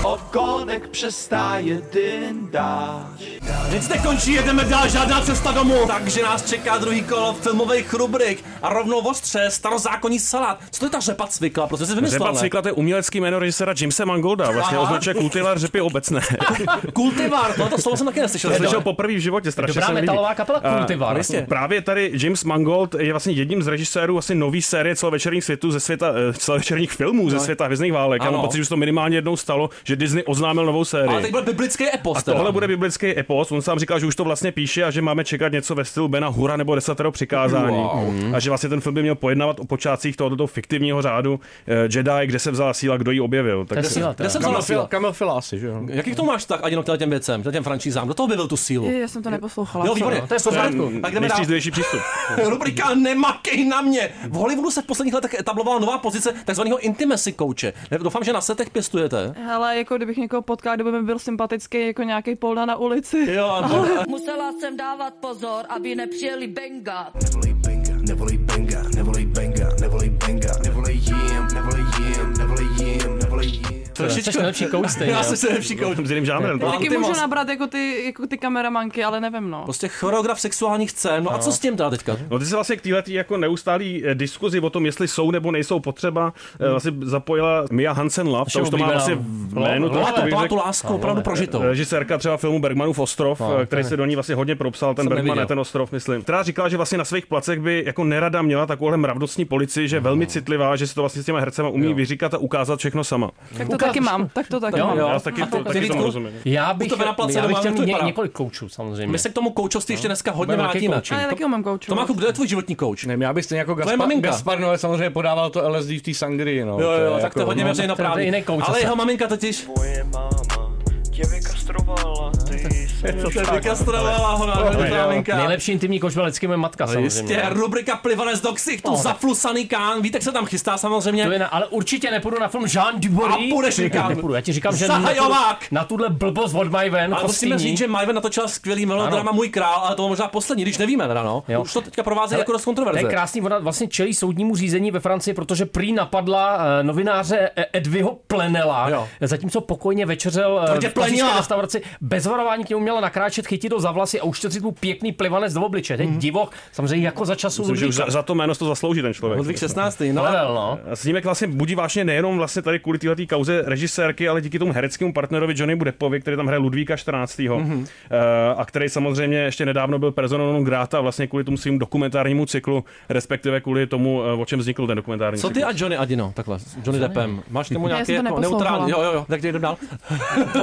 Speaker 14: Okonek přestáje dyndáč.
Speaker 9: Nic nekončí, jedeme dál, žádná cesta domů. Takže nás čeká druhý kolo filmových rubrik a rovnou ostře starozákonní salát. Co to je ta řepa cvikla? Protože jsi vymyslel,
Speaker 15: Řepa
Speaker 9: ne?
Speaker 15: cvikla, to je umělecký jméno režisera Jimse Mangolda, vlastně
Speaker 9: Aha.
Speaker 15: označuje kultivar řepy obecné.
Speaker 9: Kultivár, to, to slovo jsem taky neslyšel.
Speaker 15: To jsem slyšel poprvé v životě, strašně
Speaker 11: Dobrá
Speaker 15: se mi líbí.
Speaker 11: metalová kapela
Speaker 15: A
Speaker 11: Kultivar.
Speaker 15: vlastně Právě tady James Mangold je vlastně jedním z režisérů vlastně nový série celovečerních světů ze světa, eh, celovečerních filmů ze
Speaker 9: No.
Speaker 15: světa Hvězdných válek. Já mám
Speaker 9: Ano.
Speaker 15: pocit, že se to minimálně jednou stalo, že Disney oznámil novou sérii.
Speaker 9: Ale teď byl biblický epos.
Speaker 15: A
Speaker 9: teda.
Speaker 15: tohle bude biblický epos. On sám říkal, že už to vlastně píše a že máme čekat něco ve stylu Bena Hura nebo desatero přikázání.
Speaker 9: Wow.
Speaker 15: A že vlastně ten film by měl pojednávat o počátcích tohoto fiktivního řádu eh, Jedi, kde se vzala síla, kdo ji objevil. No, Tak
Speaker 9: Kde jsem
Speaker 15: Kamil
Speaker 9: vzal
Speaker 15: Fil-
Speaker 9: síla? Kamil Filási, že jo? Jaký to máš tak, Adino, k těm věcem, k těm franšízám? Kdo to objevil tu sílu?
Speaker 6: Je, Já jsem to neposlouchala.
Speaker 9: Jo, výborně,
Speaker 15: no.
Speaker 6: sorry.
Speaker 9: to je v pořádku.
Speaker 15: Ten
Speaker 9: Tak jdeme dál.
Speaker 15: nejstřízlivější Mm. přístup.
Speaker 9: Rubrika Nemakej na mě. V Hollywoodu se v posledních letech etablovala nová pozice takzvaného intimacy kouče. Doufám, že na setech pěstujete.
Speaker 6: Hele, jako kdybych někoho potkal, kdyby mi byl sympatický jako nějaký polda na ulici.
Speaker 9: Jo, ale-
Speaker 21: Musela jsem dávat pozor, aby nepřijeli benga.
Speaker 1: Nevolej benga, nevolej benga, nevolej benga, nevolej benga, nevolej jí,
Speaker 9: Trošičku.
Speaker 11: Jsi nejlepší coach stejně,
Speaker 9: Já
Speaker 11: jo.
Speaker 9: jsem se nejlepší coach.
Speaker 15: S jiným žánrem. no.
Speaker 9: Mám
Speaker 6: Taky
Speaker 9: ty
Speaker 6: můžu
Speaker 9: moc.
Speaker 6: nabrat jako ty, jako ty kameramanky, ale nevím, no.
Speaker 9: Prostě choreograf sexuálních scén, no a
Speaker 15: No.
Speaker 9: co s tím dá teďka?
Speaker 15: No ty se vlastně k této jako neustálý eh, diskuzi o tom, jestli jsou nebo nejsou potřeba, hmm. vlastně zapojila Mia Hansen Love,
Speaker 9: Naše
Speaker 15: ta už to má
Speaker 9: oblíbená.
Speaker 15: vlastně
Speaker 9: Lo-
Speaker 15: jméno.
Speaker 9: Love,
Speaker 15: to bych
Speaker 9: taková
Speaker 15: řekl.
Speaker 9: tu lásku opravdu prožitou.
Speaker 15: Režisérka třeba filmu Bergmanův ostrov,
Speaker 9: No,
Speaker 15: eh, který
Speaker 9: to
Speaker 15: se do ní vlastně hodně propsal, ten
Speaker 9: Jsem
Speaker 15: Bergman,
Speaker 9: neviděl.
Speaker 15: ne ten ostrov, myslím. Která říkala, že vlastně na svých placech by jako nerada měla takovouhle mravnostní policii, že je velmi citlivá, že se to vlastně s těma hercema umí vyříkat a ukázat všechno sama.
Speaker 6: Tak to taky mám, tak to taky mám.
Speaker 15: Já taky, to, taky tomu rozumím.
Speaker 11: Já
Speaker 9: U
Speaker 11: bych,
Speaker 9: tebe na place
Speaker 11: já bych
Speaker 9: doma,
Speaker 11: chtěl
Speaker 9: jak to
Speaker 11: ně,
Speaker 9: vypadá?
Speaker 11: několik koučů, samozřejmě.
Speaker 9: My se k tomu koučovství ještě dneska hodně
Speaker 11: Budeme taky
Speaker 9: vrátíme.
Speaker 11: koučovat.
Speaker 6: Já taky mám koučů.
Speaker 9: Tomáku, kdo je tvůj životní kouč?
Speaker 13: Nevím, já bych stejně jako
Speaker 9: Tvoje
Speaker 13: Gaspar,
Speaker 9: maminka.
Speaker 13: Gaspar Noé samozřejmě podával to LSD v té sangrii, no.
Speaker 9: Jo,
Speaker 13: je
Speaker 9: jo, tak to je
Speaker 15: jako-
Speaker 9: hodně
Speaker 13: no.
Speaker 9: veřejno právě. Ale jeho maminka totiž...
Speaker 1: Tě vykastrovala, ty
Speaker 9: To je vykastrovala ho
Speaker 11: Jo, jo.
Speaker 9: na maminka. No,
Speaker 11: Nejlepší intimní kouč byl vždycky moje matka, samozřejmě.
Speaker 9: Jistě, Prostě rubrika Plivanec do ksich, tu
Speaker 11: No, tak-
Speaker 9: zaflusaný kán, víte, jak se tam chystá samozřejmě.
Speaker 11: To je na, ale určitě nepůjdu na film Jean Dubory.
Speaker 9: A půjdeš někam.
Speaker 11: Nepůjdu, já ti říkám, že
Speaker 9: Zahajovák!
Speaker 11: na tuhle blbost od Majven.
Speaker 9: Ale musíme říct, že Majven natočila skvělý melodrama Můj král, ale to bylo možná poslední, když nevíme teda, no. Už to teďka provázejí jako dost kontroverze.
Speaker 11: To je krásný, ona vlastně čelí soudnímu řízení ve Francii, protože prý napadla eh, novináře eh, Edviho Plenela, jo. zatímco pokojně večeřel eh,
Speaker 9: Tvrdě
Speaker 11: v klasické
Speaker 9: plenila.
Speaker 11: restauraci. Bez varování k němu měla nakráčet, chytit do za vlasy a uštětřit mu pěkný plivanec do obliče. Ten divoch, samozřejmě jako za času
Speaker 15: Myslím, že už za,
Speaker 11: Ludvíka.
Speaker 15: za to jméno si to zaslouží ten člověk.
Speaker 9: Ludvík 16. No.
Speaker 11: Pavel, no.
Speaker 15: A Snímek vlastně budí vážně nejenom vlastně tady kvůli této kauze režisérky, ale díky tomu hereckému partnerovi Johnny Depovi, který tam hraje Ludvíka 14. Mm-hmm.
Speaker 9: Mhm.
Speaker 15: a který samozřejmě ještě nedávno byl personou non grata vlastně kvůli tomu svým dokumentárnímu cyklu, respektive kvůli tomu, eh, o čem vznikl ten dokumentární
Speaker 9: Co ty
Speaker 15: cyklus.
Speaker 9: a Johnny Adino, takhle, s Johnny Deppem. Máš k němu
Speaker 11: Já
Speaker 9: nějaký
Speaker 11: jsem to
Speaker 9: jako
Speaker 11: neposlouchala.
Speaker 9: neutrální, jo, jo, jo, tak jdem dál.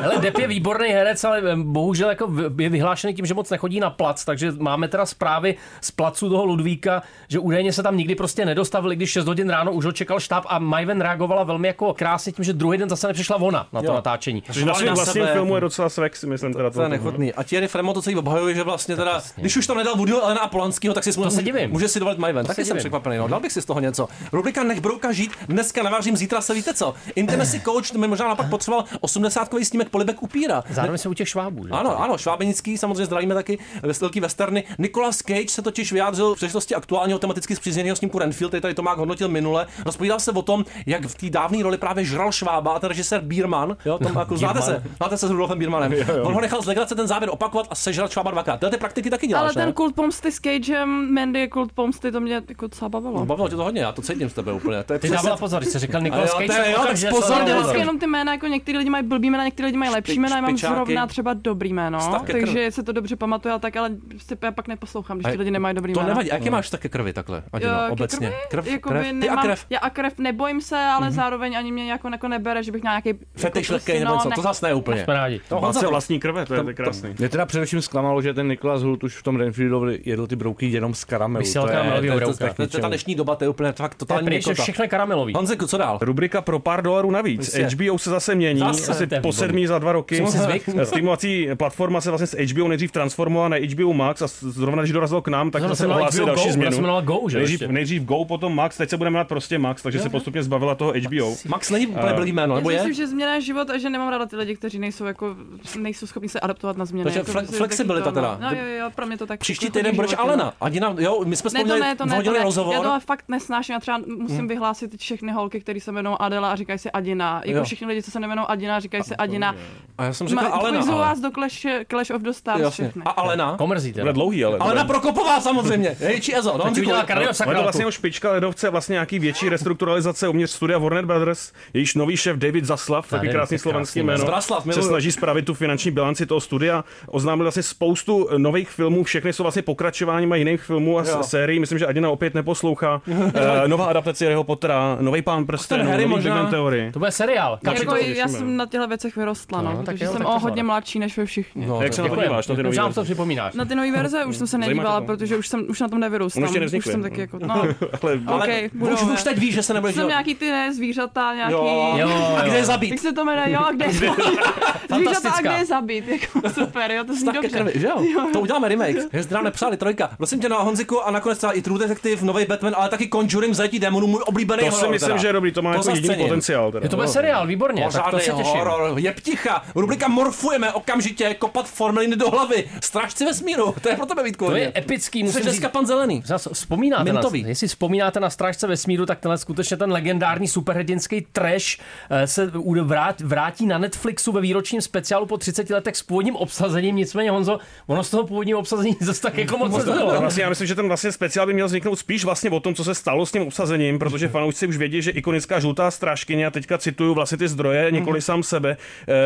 Speaker 11: Hele, Depp je výborný herec, ale eh, bohužel jako vy- je vyhlášený tím, že moc nechodí na plac, takže máme teda zprávy z placu toho Ludvíka, že údajně se tam nikdy prostě nedostavili, když 6 hodin ráno už ho čekal štáb a Majven reagovala velmi jako krásně tím, že druhý den zase nepřišla ona na to
Speaker 9: Jo.
Speaker 11: natáčení.
Speaker 9: Což na svým vlastním filmu
Speaker 15: je docela svek, si myslím. Teda
Speaker 9: To no. je nechutný. A Thierry Fremo to celý obhajuje, že vlastně teda, když už tam nedal Woody Elena a Polanskýho, tak si
Speaker 11: To se
Speaker 9: může,
Speaker 11: divím.
Speaker 9: může si dovolit Majven.
Speaker 11: To
Speaker 9: Taky
Speaker 11: se
Speaker 9: jsem
Speaker 11: divím.
Speaker 9: překvapený, no. dal bych si z toho něco. Rubrika Nech brouka žít, dneska navařím, zítra se víte co. Intimacy coach mi možná napak potřeboval 80 snímek Polibek upíra.
Speaker 11: Zároveň se u těch švábů. Že?
Speaker 9: Ano, ano, Švábenický, samozřejmě zdravíme taky ves- velký westerny. Nicolas Cage se totiž vyjádřil v příležitosti aktuálního tematicky zpřízněného snímku Renfield, který tady Tomák hodnotil minule. Rozpovídal se o tom, jak v té dávné roli právě žral Švába a ten režisér Bírman. Jo, tom, jako, znáte
Speaker 11: Bírman.
Speaker 9: se, znáte se s Rudolfem Bírmanem.
Speaker 11: Jo, jo.
Speaker 9: On ho nechal z legrace ten záběr opakovat a sežral Švába dvakrát. Tyhle ty praktiky taky děláš,
Speaker 6: Ale
Speaker 9: ne?
Speaker 6: ten kult pomsty s Cagem, Mandy kult pomsty, to mě jako docela
Speaker 9: No,
Speaker 6: bavilo.
Speaker 9: bavilo tě to hodně, já to cítím z tebe úplně. To je
Speaker 11: Ty
Speaker 9: přesně-
Speaker 11: dávala pozor, když jsi říkal
Speaker 9: A
Speaker 11: Nicolas
Speaker 9: jo,
Speaker 11: Cage,
Speaker 9: to je- jo,
Speaker 11: takže
Speaker 9: tak
Speaker 11: se
Speaker 9: pozor,
Speaker 11: dává
Speaker 9: dělal
Speaker 11: pozor.
Speaker 6: Vždycky jenom ty jména, jako některý lidi mají blbý jména, některý lidi mají lepší
Speaker 9: Špič-
Speaker 6: jména, já mám
Speaker 9: špičáky.
Speaker 6: zrovna třeba dobrý jméno,
Speaker 9: Stav ke krvi.
Speaker 6: takže se to dobře pamatuje, ale tak, ale prostě já pak neposlouchám, když
Speaker 9: A
Speaker 6: ty lidi nemají dobrý
Speaker 9: To
Speaker 6: jména.
Speaker 9: nevadí, a
Speaker 11: No.
Speaker 9: jaké máš také krvi takhle? Ať
Speaker 6: Jo,
Speaker 9: no,
Speaker 6: ke
Speaker 9: obecně. Krev,
Speaker 6: Krev, jakoby
Speaker 9: krev. Ty a
Speaker 6: nemám, jako
Speaker 9: krev.
Speaker 6: Já a krev nebojím se, ale
Speaker 9: Mhm.
Speaker 6: mm-hmm. zároveň ani mě jako, jako nebere, že bych měla nějaký...
Speaker 9: Fetiš
Speaker 6: jako, prostě,
Speaker 9: lehkej nebo
Speaker 6: no,
Speaker 9: něco, to zase ne úplně.
Speaker 11: Jsme rádi.
Speaker 9: To Honza-
Speaker 15: vlastní krve, to je- to je krásný.
Speaker 13: Mě teda především zklamalo, že ten Nikolas Hult už v tom Renfieldovi jedl ty brouky jenom z karamelu.
Speaker 11: Vysílal
Speaker 13: To je-
Speaker 11: karamelový
Speaker 13: to je- to je-
Speaker 11: brouka.
Speaker 13: to je- to je ta dnešní-
Speaker 9: doba, to je úplně fakt totální
Speaker 11: To je pryč,
Speaker 9: nekota.
Speaker 11: že všechno je karamelový.
Speaker 9: Honziku, co dál?
Speaker 15: Rubrika pro pár dolarů navíc.
Speaker 9: Jistě.
Speaker 15: HBO se zase mění,
Speaker 9: Zase,
Speaker 15: zase, asi
Speaker 9: to je
Speaker 15: po
Speaker 9: výborný.
Speaker 15: sedmý za dva roky.
Speaker 9: Jsem si zvykl.
Speaker 15: Streamovací platforma se vlastně z HBO nejdřív transformovala na HBO Max a zrovna když dorazilo k nám, tak
Speaker 11: Zrovna
Speaker 15: no,
Speaker 11: se
Speaker 15: jsem
Speaker 11: jmenovala
Speaker 15: hlásil
Speaker 11: HBO Go,
Speaker 15: další
Speaker 11: ona se
Speaker 15: změnu.
Speaker 11: jmenovala Go už, jo,
Speaker 15: nejdřív,
Speaker 11: ještě.
Speaker 15: nejdřív Go, potom Max, teď se budeme jmenovat prostě Max, takže se postupně zbavila toho HBO.
Speaker 9: Max není úplně
Speaker 15: Eh,
Speaker 9: blbý jméno,
Speaker 6: Já si myslím, že změna je život a že nemám ráda ty lidi, kteří nejsou, jako, nejsou schopni se adaptovat na změny.
Speaker 9: Takže
Speaker 6: jako,
Speaker 9: fle-
Speaker 6: myslím, že
Speaker 9: flexibilita
Speaker 6: taky to,
Speaker 9: teda.
Speaker 6: No, no jo, jo, jo, pro mě to tak.
Speaker 9: Příští
Speaker 6: jako
Speaker 9: týden
Speaker 6: chodí
Speaker 9: budeš
Speaker 6: život, no.
Speaker 9: Alena. Ani nám, jo, my jsme
Speaker 6: Ne,
Speaker 9: spolu
Speaker 6: to
Speaker 9: měli
Speaker 6: ne, to ne, to
Speaker 9: vhodili
Speaker 6: ne. Já
Speaker 9: rozhovor.
Speaker 6: tohle fakt nesnáším. Já třeba musím
Speaker 9: Mhm.
Speaker 6: vyhlásit všechny holky, které se jmenují Adela a říkají se Adina. Jako
Speaker 9: Jo.
Speaker 6: všichni lidi, co se jmenují Adina, říkají se Adina.
Speaker 9: A já jsem říkal
Speaker 6: Ma-
Speaker 9: Alena,
Speaker 6: kvizou
Speaker 9: ale-
Speaker 6: vás do Clash, Clash of the Stars
Speaker 9: Jasně.
Speaker 6: všechny.
Speaker 9: A Alena?
Speaker 11: Komerzí teda.
Speaker 15: Bude dlouhý, ale.
Speaker 9: Alena Prokopová samozřejmě. Hej, či Ezo. no, Honziku, no.
Speaker 15: Ono je to vlastně jeho špička ledovce, vlastně nějaký větší restrukturalizace uvnitř studia Warner Brothers. Jejíž nový šéf David Zaslav, taky
Speaker 9: David,
Speaker 15: krásný
Speaker 9: krásný
Speaker 15: slovenský
Speaker 9: jméno.
Speaker 15: jméno,
Speaker 9: Zaslav,
Speaker 15: se
Speaker 9: miluju.
Speaker 15: snaží spravit tu finanční bilanci toho studia. Oznámil vlastně spoustu eh, nových filmů, všechny jsou vlastně pokračováním a jiných filmů a
Speaker 9: Jo.
Speaker 15: s- sérií. Myslím, že Adina opět neposlouchá. Eh, nová adaptace Harryho Pottera, nový pán prstenů,
Speaker 9: Harry
Speaker 15: nový možná...
Speaker 9: možná-
Speaker 15: Big Bang Theory.
Speaker 11: To bude seriál.
Speaker 6: Jako, já jsem na těchto věcech vyrostla, no,
Speaker 15: No, tak
Speaker 6: takže
Speaker 15: jo,
Speaker 6: jsem
Speaker 15: tak to
Speaker 6: o
Speaker 15: zvládá.
Speaker 6: hodně mladší než vy všichni.
Speaker 15: No, Jak tak se na to děkujem. díváš, na ty No. nový
Speaker 11: Už nám
Speaker 15: verze?
Speaker 11: to připomínáš.
Speaker 6: Na ty nové
Speaker 9: Mm.
Speaker 6: verze už jsem se
Speaker 11: Zajímá tě
Speaker 6: nedívala,
Speaker 11: to?
Speaker 6: protože už jsem už na tom nevyrůstám.
Speaker 11: On ještě
Speaker 6: už
Speaker 11: nevznikly.
Speaker 6: jsem taky jako, no.
Speaker 15: Ale,
Speaker 6: okay,
Speaker 9: už, už teď víš, že se nebudeš
Speaker 6: Jsem
Speaker 9: dělat.
Speaker 6: nějaký ty ne, zvířata, nějaký...
Speaker 9: Jo. Jo, A kde jo. je zabít?
Speaker 6: Jak se to jmenuje, jo, a kde je Zvířata a
Speaker 9: Fantastická.
Speaker 6: kde je zabít, jako super, jo, to zní
Speaker 9: Tak ke
Speaker 6: dobře.
Speaker 9: krvi, že jo? To uděláme remake. Hezdrav nepřáli trojka. Prosím tě, no a Honziku a nakonec třeba i True Detective, nový Batman, ale taky Conjuring zajetí démonů, můj oblíbený
Speaker 15: To si
Speaker 9: horor
Speaker 15: myslím,
Speaker 9: teda.
Speaker 15: že je dobrý, to má jako
Speaker 9: za
Speaker 15: jediný
Speaker 9: scéně.
Speaker 15: potenciál teda. Je to bude
Speaker 9: No.
Speaker 11: seriál, výborně, tak to
Speaker 9: Pořádnej
Speaker 11: se těším.
Speaker 9: horor, je pticha. Rubrika Morfujeme okamžitě, kopat formeliny do hlavy. Strážci vesmíru, to je pro tebe, Vítku.
Speaker 11: To je epický,
Speaker 9: musím
Speaker 11: musím
Speaker 9: Jsi dneska
Speaker 11: říct.
Speaker 9: pan Zelený.
Speaker 11: Zas vzpomínáte
Speaker 9: Mintový.
Speaker 11: Na, jestli vzpomínáte na Strážce vesmíru, tak tenhle skutečně ten legendární superhrdinský trash eh, se u- vrát, vrátí na Netflixu ve výročním speciálu po 30 letech s původním obsazením. Nicméně, Honzo, ono z toho původního obsazení zase tak jako moc
Speaker 7: No,
Speaker 11: nebylo.
Speaker 7: Vlastně, já myslím, že ten vlastně speciál by měl vzniknout spíš vlastně o tom, co se stalo s tím obsazením,
Speaker 9: Mhm.
Speaker 7: protože fanoušci už vědí, že ikonická žlutá strážkyně, a teďka cituju vlastně ty zdroje,
Speaker 9: Mhm.
Speaker 7: nikoli sám sebe,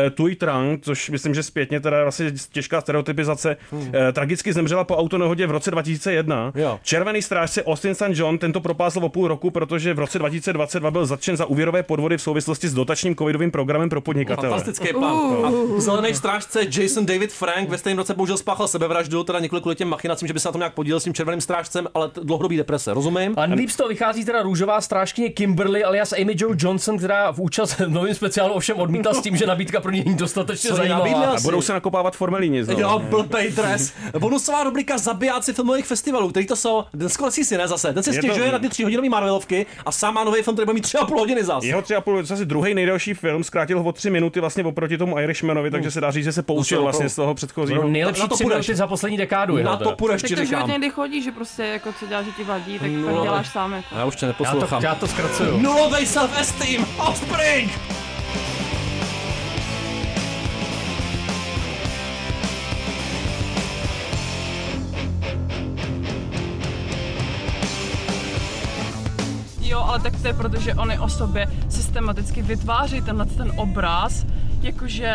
Speaker 7: eh, Tui Trang, což myslím, že zpětně teda vlastně těžká stereotypizace,
Speaker 9: Mhm.
Speaker 7: eh, tragicky zemřela po autonehodě v roce 2001.
Speaker 9: Jo.
Speaker 7: Červený strážce Austin St. John tento propásl o půl roku, protože v roce 2022 byl zatčen za úvěrové podvody v souvislosti s dotačním covidovým programem pro podnikatele.
Speaker 9: Fantastický plán. A zelený strážce Jason David Frank ve stejném roce bohužel spáchal sebevraždu, teda několik let těm machinacím, že by se na tom nějak podílel s tím červeným strážcem, ale t- dlouhodobý deprese, rozumím?
Speaker 11: A líp z toho vychází teda růžová strážkyně Kimberly alias Amy Jo Johnson, která v účast v novém speciálu ovšem odmítla s tím, že nabídka pro ní není dostatečně
Speaker 9: Co jí nabídla
Speaker 11: zajímavá.
Speaker 9: A si? budou se
Speaker 7: nakopávat formelíně
Speaker 9: Jo, blbej dres. Bonusová rubrika Zabijáci filmových festivalů, který to jsou. Dnes si si ne zase. Ten se
Speaker 7: Je to-
Speaker 9: stěžuje na ty tříhodinové Marvelovky a sám má nový film, který bude mít tři a půl hodiny zas.
Speaker 7: Jeho tři a půl, zase druhý nejdelší film, zkrátil ho o tři minuty vlastně oproti tomu Irishmanovi, takže se dá říct, že se poučil
Speaker 9: No,
Speaker 7: vlastně
Speaker 9: jako-
Speaker 7: z toho předchozího.
Speaker 11: No, nejlepší tři minuty za poslední dekádu.
Speaker 7: Na
Speaker 11: jeho
Speaker 7: to
Speaker 11: teda.
Speaker 7: půjdeš,
Speaker 11: Tak
Speaker 7: ti
Speaker 11: to
Speaker 7: říkám.
Speaker 11: život
Speaker 6: Život někdy chodí, že prostě jako co děláš, že ti vadí, tak
Speaker 9: No,
Speaker 6: to děláš
Speaker 9: ale-
Speaker 6: sám. Jako.
Speaker 9: Já už tě
Speaker 11: Já
Speaker 9: neposlouchám.
Speaker 11: to- já to zkracuju.
Speaker 9: Nulovej self-esteem, offspring!
Speaker 6: Jo, ale tak to je proto, že oni o sobě systematicky vytváří tenhle ten obraz, jakože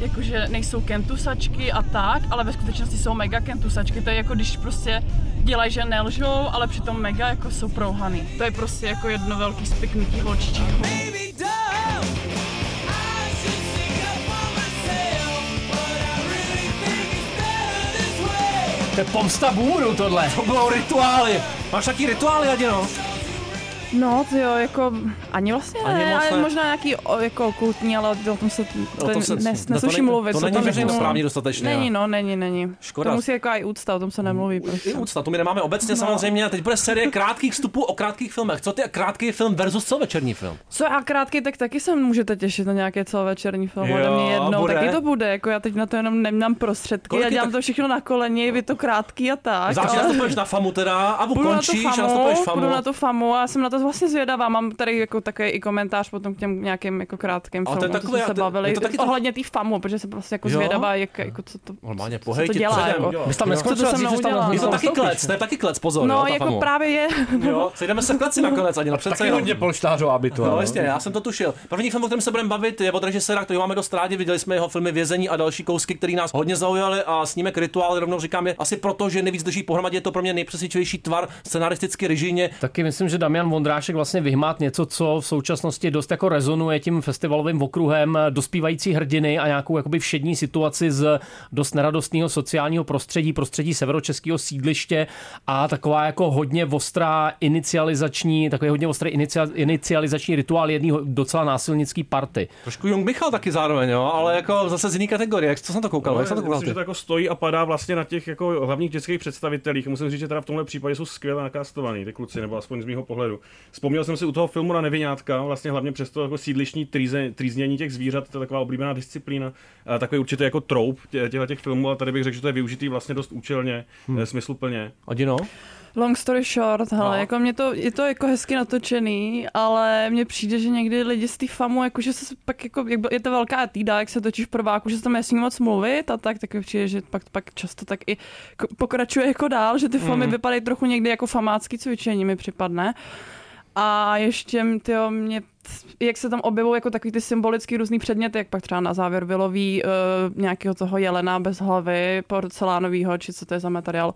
Speaker 6: jakože nejsou kentusačky a tak, ale ve skutečnosti jsou mega kentusačky. To je jako když prostě dělají, že nelžou, ale přitom mega jako jsou prouhaný. To je prostě jako jedno velký spiknutí holčičíků.
Speaker 11: To je pomsta bůru tohle.
Speaker 9: To bylo rituály. Máš taky rituály, Adino?
Speaker 6: No, ty jo, jako ani vlastně
Speaker 9: Ani
Speaker 6: ani ne,
Speaker 9: moc
Speaker 6: ale
Speaker 9: ne.
Speaker 6: možná nějaký o, jako okultní, ale o tom se, to
Speaker 9: tom
Speaker 6: tom
Speaker 9: se-
Speaker 6: se
Speaker 9: no
Speaker 6: nes,
Speaker 9: to
Speaker 6: nesluší
Speaker 9: není-
Speaker 6: mluvit.
Speaker 9: to
Speaker 6: o
Speaker 9: není
Speaker 6: tom
Speaker 9: veřejnoprávně dostatečně,
Speaker 6: Není,
Speaker 9: ne.
Speaker 6: no, není, není.
Speaker 9: Škoda. Mm.
Speaker 6: To musí jako i úcta, o tom se nemluví. Prostě.
Speaker 9: I úcta, to my nemáme obecně
Speaker 6: No.
Speaker 9: samozřejmě. A teď bude série krátkých vstupů o krátkých filmech. Co ty a krátký film versus celovečerní film?
Speaker 6: Co a krátky, tak taky se můžete těšit na nějaké celovečerní film
Speaker 9: Jo,
Speaker 6: ode mě jednou.
Speaker 9: bude.
Speaker 6: Taky to bude, jako já teď na to jenom nemám prostředky,
Speaker 9: Kolik
Speaker 6: já
Speaker 9: je
Speaker 6: dělám
Speaker 9: tak-
Speaker 6: to všechno na koleni, vy to krátký a tak.
Speaker 9: Začínáš
Speaker 6: ale-
Speaker 9: ale... na famu teda a
Speaker 6: Půjdu na
Speaker 9: ukončíš
Speaker 6: tu
Speaker 9: a
Speaker 6: famu,
Speaker 9: nastupuješ famu.
Speaker 6: půjdu na tu famu a jsem na to vlastně zvědavá. Mám tady jako takový i komentář potom k těm nějakým jako krátkým
Speaker 9: Ale to je
Speaker 6: filmům, co
Speaker 9: takové,
Speaker 6: jsme
Speaker 9: a
Speaker 6: se
Speaker 9: to-
Speaker 6: bavili.
Speaker 9: je to taky to-
Speaker 6: ohledně té famu, protože jsem prostě jako
Speaker 9: Jo?
Speaker 6: zvědavá, jak, jako co to...
Speaker 9: Normálně
Speaker 6: co to
Speaker 9: pohejtit
Speaker 6: dělá,
Speaker 9: předem.
Speaker 6: jako.
Speaker 9: jo.
Speaker 6: Bys tam neskončila, Co to se mnou dřív, než tam udělá?
Speaker 9: Je to taky
Speaker 6: nastoupíš,
Speaker 9: klec, to je taky klec, pozor. jo,
Speaker 6: no,
Speaker 9: ta
Speaker 6: jako
Speaker 9: famu.
Speaker 6: právě je.
Speaker 9: Jo, sejdeme se v kleci nakonec, ani na přece.
Speaker 6: taky
Speaker 9: jenom.
Speaker 6: hodně
Speaker 11: polštářová bitva,
Speaker 9: No,
Speaker 11: no.
Speaker 9: jasně, já jsem to tušil. První film, o kterém se budeme bavit, je od režiséra, který máme dost rádi. Viděli jsme jeho filmy Vězení a další kousky, které nás hodně zaujaly a snímek Rituál rovnou říkám je asi proto, že nejvíc drží pohromadě, je to pro mě nejpřesvědčivější tvar scenaristicky režijně.
Speaker 11: Taky myslím, že Damian Vondrášek vlastně vyhmát něco, co v současnosti dost jako rezonuje tím festivalovým okruhem eh, dospívající hrdiny a nějakou jakoby všední situaci z dost neradostného sociálního prostředí, prostředí severočeského sídliště a taková jako hodně ostrá inicializační, takový hodně ostrý inicia- inicializační rituál jedného docela násilnický party.
Speaker 9: Trošku Jung Michal taky zároveň, jo, ale jako zase z jiný kategorie. Jak jsi- co jsem to koukal?
Speaker 7: No,
Speaker 9: jak jsem to koukal?
Speaker 7: myslím, že to
Speaker 9: ty?
Speaker 7: jako stojí a padá vlastně na těch jako hlavních českých představitelích. Musím říct, že teda v tomhle případě jsou skvěle nakastovaný ty kluci, nebo aspoň z mého pohledu. Vzpomněl jsem si u toho filmu na Nevinátka, vlastně hlavně přes to jako sídlišní trýze, trýznění těch zvířat, to je taková oblíbená disciplína, a takový určitě jako troup tě- těchto těch filmů, a tady bych řekl, že to je využitý vlastně dost účelně,
Speaker 9: Hmm.
Speaker 7: hmm. smysluplně.
Speaker 9: Adino?
Speaker 6: Long story short,
Speaker 9: No.
Speaker 6: hele, jako mě to, je to jako hezky natočený, ale mně přijde, že někdy lidi z té famu, jako že se pak jako, jak byl, je to velká týda, jak se točí v prváku, že se tam nesmí moc mluvit a tak, tak mi přijde, že pak, pak často tak i ko- pokračuje jako dál, že ty famy
Speaker 22: Mhm.
Speaker 6: vypadají trochu někdy jako famácký cvičení mi připadne. A ještě, tyjo, mě, jak se tam objevují jako takový ty symbolický různý předměty, jak pak třeba na závěr vyloví uh, nějakého toho jelena bez hlavy, porcelánovýho, či co to je za materiál,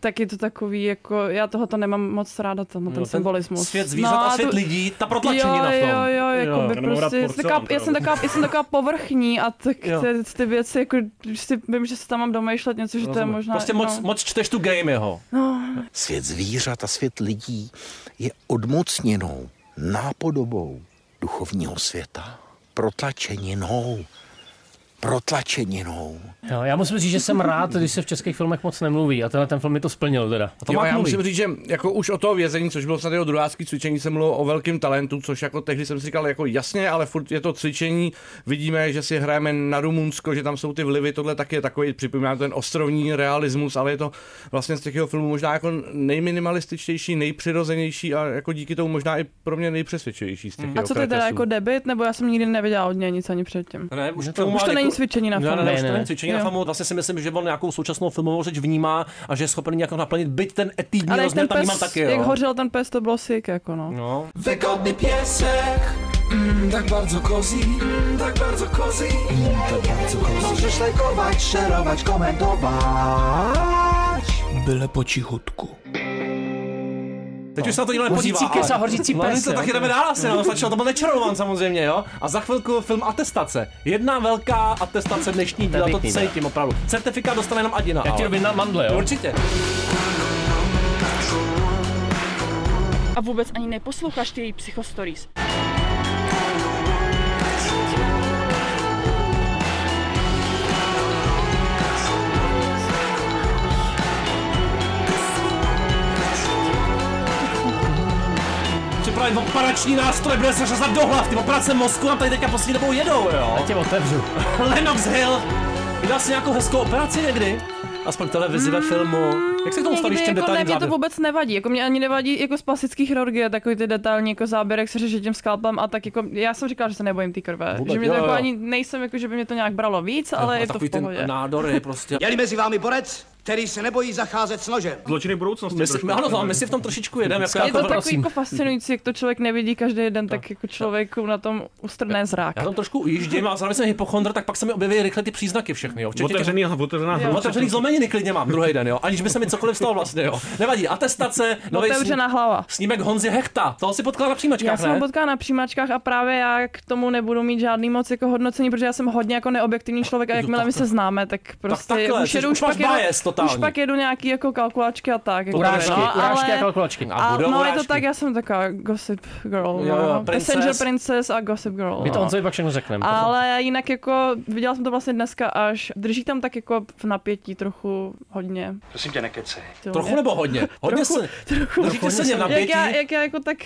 Speaker 6: tak je to takový, jako, já toho to nemám moc ráda, ten, ten,
Speaker 9: ten
Speaker 6: ten symbolismus. No
Speaker 9: svět zvířat a
Speaker 6: to-
Speaker 9: svět lidí, ta protlačenina
Speaker 6: jo,
Speaker 9: v tom.
Speaker 6: Jo, jo,
Speaker 9: Jo.
Speaker 6: jako by
Speaker 9: Já nemám rád
Speaker 6: prostě,
Speaker 9: porcelán,
Speaker 6: taková,
Speaker 9: teda.
Speaker 6: já, jsem taková, já jsem taková povrchní a tak
Speaker 9: Jo.
Speaker 6: ty, ty, věci, jako, když si, vím, že se tam mám domýšlet něco, že to je
Speaker 9: Rozumím.
Speaker 6: možná...
Speaker 9: Prostě moc,
Speaker 6: no.
Speaker 9: moc čteš tu game jeho.
Speaker 6: No,
Speaker 5: Svět zvířat a svět lidí je odmocněnou nápodobou duchovního světa, protlačeninou
Speaker 23: protlačeninou.
Speaker 24: Jo, já musím říct, že jsem rád, když se v českých filmech moc nemluví a tenhle ten film mi to splnil teda. A to
Speaker 25: jo,
Speaker 24: má
Speaker 25: já
Speaker 24: mluví.
Speaker 25: musím říct, že jako už o toho vězení, což bylo snad jeho druhácký cvičení, jsem mluvil o velkém talentu, což jako tehdy jsem si říkal, jako jasně, ale furt je to cvičení, vidíme, že si hrajeme na Rumunsko, že tam jsou ty vlivy, tohle taky je takový, připomíná to ten ostrovní realismus, ale je to vlastně z těch jeho filmů možná jako nejminimalističtější, nejpřirozenější a jako díky tomu možná i pro mě nejpřesvědčivější z těch
Speaker 6: A
Speaker 25: jeho
Speaker 6: co to je teda
Speaker 25: kretesů.
Speaker 6: jako debit, nebo já jsem nikdy neviděla od něj nic ani předtím.
Speaker 9: Ne, už,
Speaker 6: to, už to
Speaker 26: jako-
Speaker 6: není cvičení na
Speaker 26: No,
Speaker 9: ne,
Speaker 6: film.
Speaker 9: ne, ne, už to není cvičení na
Speaker 6: Jo.
Speaker 9: famu. Vlastně si myslím, že on nějakou současnou filmovou řeč vnímá a že je schopen nějak naplnit, byť ten etýdní
Speaker 6: Ale jak
Speaker 9: rozměr
Speaker 6: ten
Speaker 9: tam vnímám
Speaker 6: pes,
Speaker 9: taky.
Speaker 6: jak
Speaker 9: jo.
Speaker 6: hořel ten pes, to bylo sick, jako no.
Speaker 9: No.
Speaker 5: Wygodny piesek, mm, tak bardzo cozy, mm, tak bardzo cozy, mm, tak bardzo cozy. Możesz lajkować, szerować, komentować.
Speaker 9: Byle potichutku. Teď už se na to nikdo
Speaker 24: Hořící
Speaker 9: nepodívá.
Speaker 24: kysa,
Speaker 9: ale-
Speaker 24: hořící
Speaker 9: No, ale
Speaker 24: pes,
Speaker 9: to
Speaker 24: jo.
Speaker 9: taky jdeme dál asi, no, stačilo, to byl nečarovan samozřejmě, jo. A za chvilku film Atestace. Jedna velká atestace dnešní
Speaker 6: jako-
Speaker 9: díl, a to
Speaker 24: pěkný,
Speaker 9: cítím opravdu. Certifikát dostane jenom Adina.
Speaker 24: Jak ti
Speaker 9: ale-
Speaker 24: Robin mandle, jo?
Speaker 9: Určitě.
Speaker 26: A vůbec ani neposloucháš ty její psychostories.
Speaker 9: Připravit operační nástroj, bude se řezat do hlav, ty operace mozku nám tady teďka poslední dobou jedou, jo.
Speaker 24: Já tě otevřu.
Speaker 9: Lenox Hill. Vydal si nějakou hezkou operaci někdy? Aspoň televizi ve filmu. Jak se k tomu
Speaker 6: Mm, Někdy
Speaker 9: stavíš těm
Speaker 6: jako ne,
Speaker 9: detailním
Speaker 6: mě to
Speaker 9: záběrům?
Speaker 6: vůbec nevadí, jako mě ani nevadí jako z plastické chirurgie, takový ty detailní jako záběr, jak se řeší tím skalpem a tak jako, já jsem říkala, že se nebojím té krve,
Speaker 9: Vůbec,
Speaker 6: že mě
Speaker 9: jo,
Speaker 6: to jako
Speaker 9: jo.
Speaker 6: ani nejsem, jako že by mě to nějak bralo víc, ale
Speaker 9: A
Speaker 6: je to v
Speaker 9: takový
Speaker 6: pohodě.
Speaker 9: ten nádor je prostě...
Speaker 1: Je-li mezi vámi borec, který se nebojí zacházet s nožem.
Speaker 11: Zločiny budoucnosti.
Speaker 9: My si, ano, no, my si v tom trošičku jedeme. Jako
Speaker 6: je to takový jako fascinující, jak to člověk nevidí každý den, tak jako člověku na tom ustrné zrak.
Speaker 9: Já tam trošku ujíždím, a zároveň jsem hypochondr, tak pak se mi objeví rychle ty příznaky všechny. Jo. těch-
Speaker 11: Otevřený a otevřená
Speaker 9: Jo,
Speaker 11: hrůza.
Speaker 9: Otevřený zlomeniny klidně mám druhý den, jo. Aniž by se mi cokoliv stalo vlastně, jo. Nevadí, atestace, novej
Speaker 6: Otevřená
Speaker 9: sní-
Speaker 6: hlava.
Speaker 9: Snímek Honzi Hechta, toho si potkala na
Speaker 6: Já
Speaker 9: příjmačkách,
Speaker 6: jsem ho
Speaker 9: ne?
Speaker 6: potkala na přijímačkách a právě já k tomu nebudu mít žádný moc jako hodnocení, protože já jsem hodně jako neobjektivní člověk a jakmile my se známe, tak prostě
Speaker 9: takhle,
Speaker 6: už
Speaker 9: jsi-
Speaker 6: jedu,
Speaker 9: už máš
Speaker 6: pak jedu,
Speaker 9: bias totální.
Speaker 6: už pak jedu nějaký jako kalkulačky a tak. Jako
Speaker 24: Urážky,
Speaker 6: no,
Speaker 24: urážky
Speaker 6: ale,
Speaker 24: a kalkulačky. A
Speaker 6: A,
Speaker 24: budou
Speaker 6: no je
Speaker 24: urážky.
Speaker 6: to tak, já jsem taková gossip girl,
Speaker 24: Jo,
Speaker 6: no,
Speaker 24: jo, princess.
Speaker 6: passenger princess a gossip girl.
Speaker 24: My to
Speaker 6: no.
Speaker 24: Honzovi pak všechno řekneme.
Speaker 6: Ale jinak jako, viděla jsem to vlastně dneska až, drží tam tak jako v napětí trochu hodně.
Speaker 9: Prosím tě, nekecej.
Speaker 6: Ty
Speaker 9: Trochu
Speaker 6: mě-
Speaker 9: nebo hodně? Hodně
Speaker 6: Trochu-
Speaker 9: se. Držíte se mě
Speaker 6: jak
Speaker 9: v napětí.
Speaker 6: já, jak já jako tak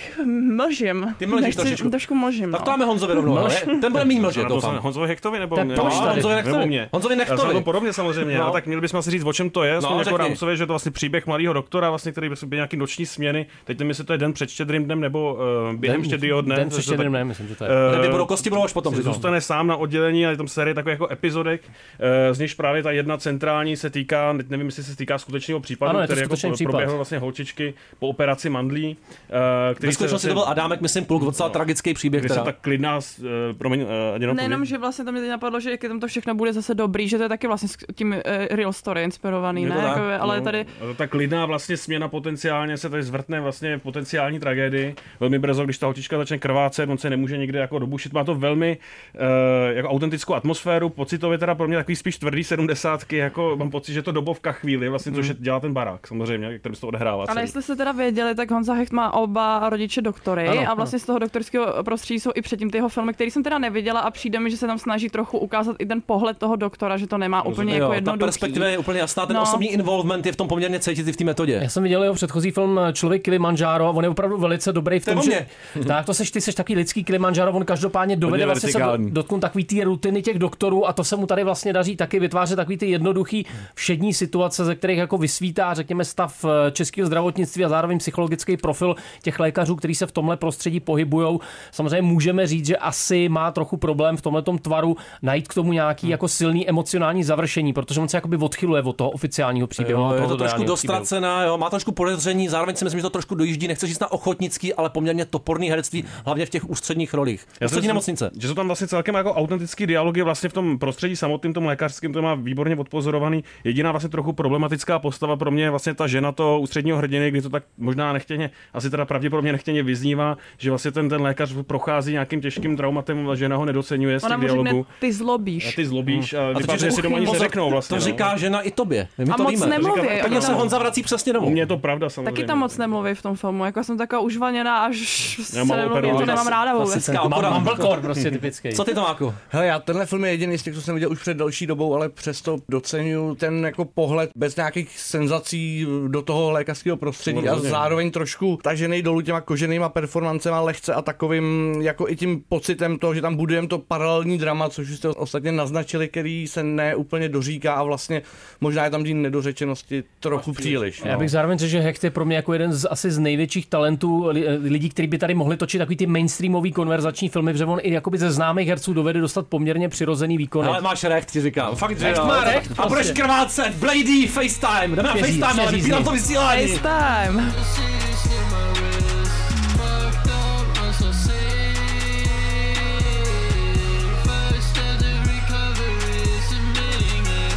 Speaker 6: mlžím.
Speaker 9: Ty mlžíš
Speaker 6: Nechci-
Speaker 9: trošičku.
Speaker 6: Trošku mlžím,
Speaker 9: Tak to
Speaker 6: no.
Speaker 9: máme Honzovi rovnou,
Speaker 6: Mlž.
Speaker 9: ne? Ten bude mít mlžet,
Speaker 11: Já to
Speaker 9: doufám.
Speaker 11: jsem- Honzovi Hektovi nebo
Speaker 9: Tak
Speaker 11: mě?
Speaker 9: pojď,
Speaker 11: No,
Speaker 9: tady.
Speaker 11: Honzovi Nechtovi.
Speaker 9: Nebo mě.
Speaker 11: mě.
Speaker 9: Honzovi
Speaker 11: Já jsem
Speaker 9: Nechtovi.
Speaker 11: na tom podobně samozřejmě,
Speaker 9: No.
Speaker 11: no. tak měli bychom si říct, o čem to je,
Speaker 9: No,
Speaker 11: no, jako
Speaker 9: řekni.
Speaker 11: rámcově, že je to vlastně příběh mladého doktora, vlastně, který byl byl nějaký noční směny, teď nevím, jestli to je den před štědrým dnem nebo uh, během
Speaker 9: Den-
Speaker 11: štědrýho dne.
Speaker 9: den před
Speaker 11: což to
Speaker 9: štědrým
Speaker 11: tak-
Speaker 9: dnem, myslím, že to je.
Speaker 11: Eh,
Speaker 9: Kdyby budou kosti, budou až potom,
Speaker 11: si
Speaker 9: říkám.
Speaker 11: Zůstane sám na oddělení a je tam série takových jako epizodek, eh, z nichž právě ta jedna centrální se týká, teď nevím, jestli se týká skutečného případu,
Speaker 9: Ano, je to
Speaker 11: který jako
Speaker 9: skutečný
Speaker 11: pro-
Speaker 9: případ.
Speaker 11: proběhl vlastně holčičky po operaci mandlí. eh, který
Speaker 9: Ve
Speaker 11: se
Speaker 9: skutečnosti
Speaker 11: vlastně-
Speaker 9: to byl Adámek, myslím, pluk, docela
Speaker 24: No.
Speaker 9: tragický příběh.
Speaker 11: Kdy se
Speaker 9: Teda.
Speaker 11: ta klidná, s- eh, promiň, eh, Adino,
Speaker 6: Nejenom,
Speaker 11: pověď.
Speaker 6: že vlastně to mě teď napadlo, že jak je tam to všechno bude zase dobrý, že to je taky vlastně s tím uh, real story inspirovaný,
Speaker 11: Je
Speaker 6: ne?
Speaker 11: to tak,
Speaker 6: Jako, ale
Speaker 11: no.
Speaker 6: tady
Speaker 11: A Ta klidná vlastně směna potenciálně se tady zvrtne vlastně v potenciální tragédii. Velmi brzo, když ta holčička začne krvácet, on se nemůže někde jako dobušit. Má to velmi uh, jako autentickou atmosféru, pocitově teda pro mě takový spíš tvrdý sedmdesátky, jako mám pocit, že to dobovka chvíli, vlastně, což
Speaker 24: Hmm.
Speaker 11: je, dělá ten barák samozřejmě, který se to odehrává.
Speaker 6: ale
Speaker 11: celý.
Speaker 6: jestli jste teda věděli, tak Honza Hecht má oba rodiče doktory
Speaker 11: Ano,
Speaker 6: ano, a vlastně
Speaker 11: ano.
Speaker 6: z toho doktorského prostředí jsou i předtím ty jeho filmy, které jsem teda neviděla a přijde mi, že se tam snaží trochu ukázat i ten pohled toho doktora, že to nemá úplně jako
Speaker 9: ta
Speaker 6: jednoduchý.
Speaker 9: perspektiva je úplně jasná, ten
Speaker 6: No.
Speaker 9: osobní involvement je v tom poměrně cítit i v té metodě.
Speaker 24: Já jsem viděl jeho předchozí film eh, Člověk Kilimanjaro a on je opravdu velice dobrý v
Speaker 9: To je
Speaker 24: tom,
Speaker 9: o
Speaker 24: že...
Speaker 9: mně.
Speaker 24: Tak to seš, ty seš takový lidský Kilimanjaro, on každopádně dovede
Speaker 9: Hodně
Speaker 24: vlastně se
Speaker 9: vertikální.
Speaker 24: do- dotknout takový ty rutiny těch doktorů a to se mu tady vlastně daří taky vytvářet takový ty jednoduchý všední situace, ze kterých jako vysvítá, řekněme, stav eh, českého zdravotnictví a zároveň psychologický profil těch lékařů, kteří se v tomhle prostředí pohybují. Samozřejmě můžeme říct, že asi má trochu problém v tomhle tvaru najít k tomu
Speaker 9: Hmm.
Speaker 24: nějaký jako silný emocionální završení, protože on se jakoby odchyluje od toho oficiálního příběhu.
Speaker 9: Jo,
Speaker 24: od
Speaker 9: je
Speaker 24: toho
Speaker 9: to trošku
Speaker 24: reálného příběhu.
Speaker 9: dostracená, jo, má trošku podezření, zároveň si myslím, že to trošku dojíždí, nechce říct na ochotnický, ale poměrně toporný herectví, hlavně v těch ústředních rolích.
Speaker 11: Já si
Speaker 9: Ústřední
Speaker 11: myslím,
Speaker 9: nemocnice.
Speaker 11: Že jsou tam vlastně celkem jako autentický dialogy vlastně v tom prostředí samotným, tom lékařském, to má výborně odpozorovaný. Jediná vlastně trochu problematická postava pro mě je vlastně ta žena toho ústředního hrdiny, kdy to tak možná nechtěně, asi teda pravděpodobně nechtěně vyznívá, že vlastně ten, ten lékař prochází nějakým těžkým traumatem a žena ho nedoceňuje z
Speaker 9: prostě
Speaker 6: Ona
Speaker 11: těch
Speaker 6: mu řekne,
Speaker 11: dialogů.
Speaker 6: ty zlobíš.
Speaker 11: A ty zlobíš a
Speaker 9: to
Speaker 11: vypadá,
Speaker 9: ti
Speaker 11: že si doma nic
Speaker 9: pozor,
Speaker 11: neřeknou vlastně.
Speaker 9: To
Speaker 11: no.
Speaker 9: říká žena i tobě. My
Speaker 6: a
Speaker 9: to
Speaker 6: moc
Speaker 9: víme.
Speaker 6: nemluví.
Speaker 9: Říkám, Peněz se Honza vrací přesně domů.
Speaker 15: Mně je to pravda samozřejmě.
Speaker 6: Taky tam moc nemluví v tom filmu, jako já jsem taková užvaněná, až se nemluví, to nemám ráda vůbec.
Speaker 11: Mumblecore prostě typický.
Speaker 9: Co ty, Tomáku?
Speaker 13: Hele, No já tenhle film je jediný z těch, co jsem viděl už před další dobou, ale přesto docenuju ten jako pohled bez nějakých senzací do toho lékařského prostředí
Speaker 15: No,
Speaker 13: a
Speaker 15: rozhodně.
Speaker 13: zároveň trošku tažený dolů těma koženýma performancema lehce a takovým jako i tím pocitem toho, že tam budujeme to paralelní drama, což už jste ostatně naznačili, který se neúplně doříká a vlastně možná je tam díl nedořečenosti trochu příliš.
Speaker 11: Já bych zároveň řekl, že Hecht je pro mě jako jeden z asi z největších talentů li- lidí, kteří by tady mohli točit takový ty mainstreamový konverzační filmy, protože on i jakoby ze známých herců dovede dostat poměrně přirozený výkon.
Speaker 9: Ale máš recht, ti říkám. Fakt, že
Speaker 11: Recht
Speaker 9: jo.
Speaker 11: má recht,
Speaker 9: A budeš
Speaker 11: prostě.
Speaker 9: krvácet, Blady, FaceTime. Jdeme na
Speaker 11: Přeříz-
Speaker 9: FaceTime, ale
Speaker 11: přeřízní.
Speaker 9: vybírám to vysílání.
Speaker 6: FaceTime.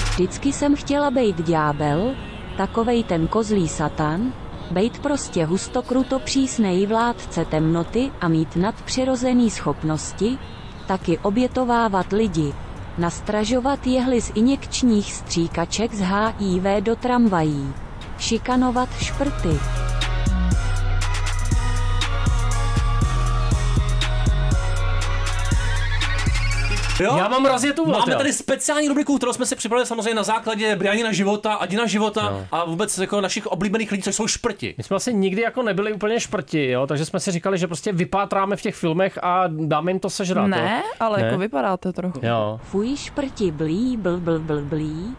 Speaker 2: Vždycky jsem chtěla bejt ďábel, takovej ten kozlý satan, bejt prostě hustokruto přísnej vládce temnoty a mít nadpřirozený schopnosti, taky obětovávat lidi, nastražovat jehly z injekčních stříkaček z HIV do tramvají, šikanovat šprty.
Speaker 9: Jo?
Speaker 11: Já mám rozjetou vlnu,
Speaker 9: Máme
Speaker 11: jo.
Speaker 9: tady speciální rubriku, kterou jsme si připravili samozřejmě na základě Brianina života, Adina života
Speaker 11: Jo.
Speaker 9: a vůbec jako našich oblíbených lidí, což jsou šprti.
Speaker 11: My jsme asi nikdy jako nebyli úplně šprti, jo? takže jsme si říkali, že prostě vypátráme v těch filmech a dáme jim to sežrat.
Speaker 6: Ne,
Speaker 11: jo?
Speaker 6: ale
Speaker 11: Ne?
Speaker 6: jako vypadáte trochu.
Speaker 11: Jo.
Speaker 2: Fuj šprti blí bl bl bl blí,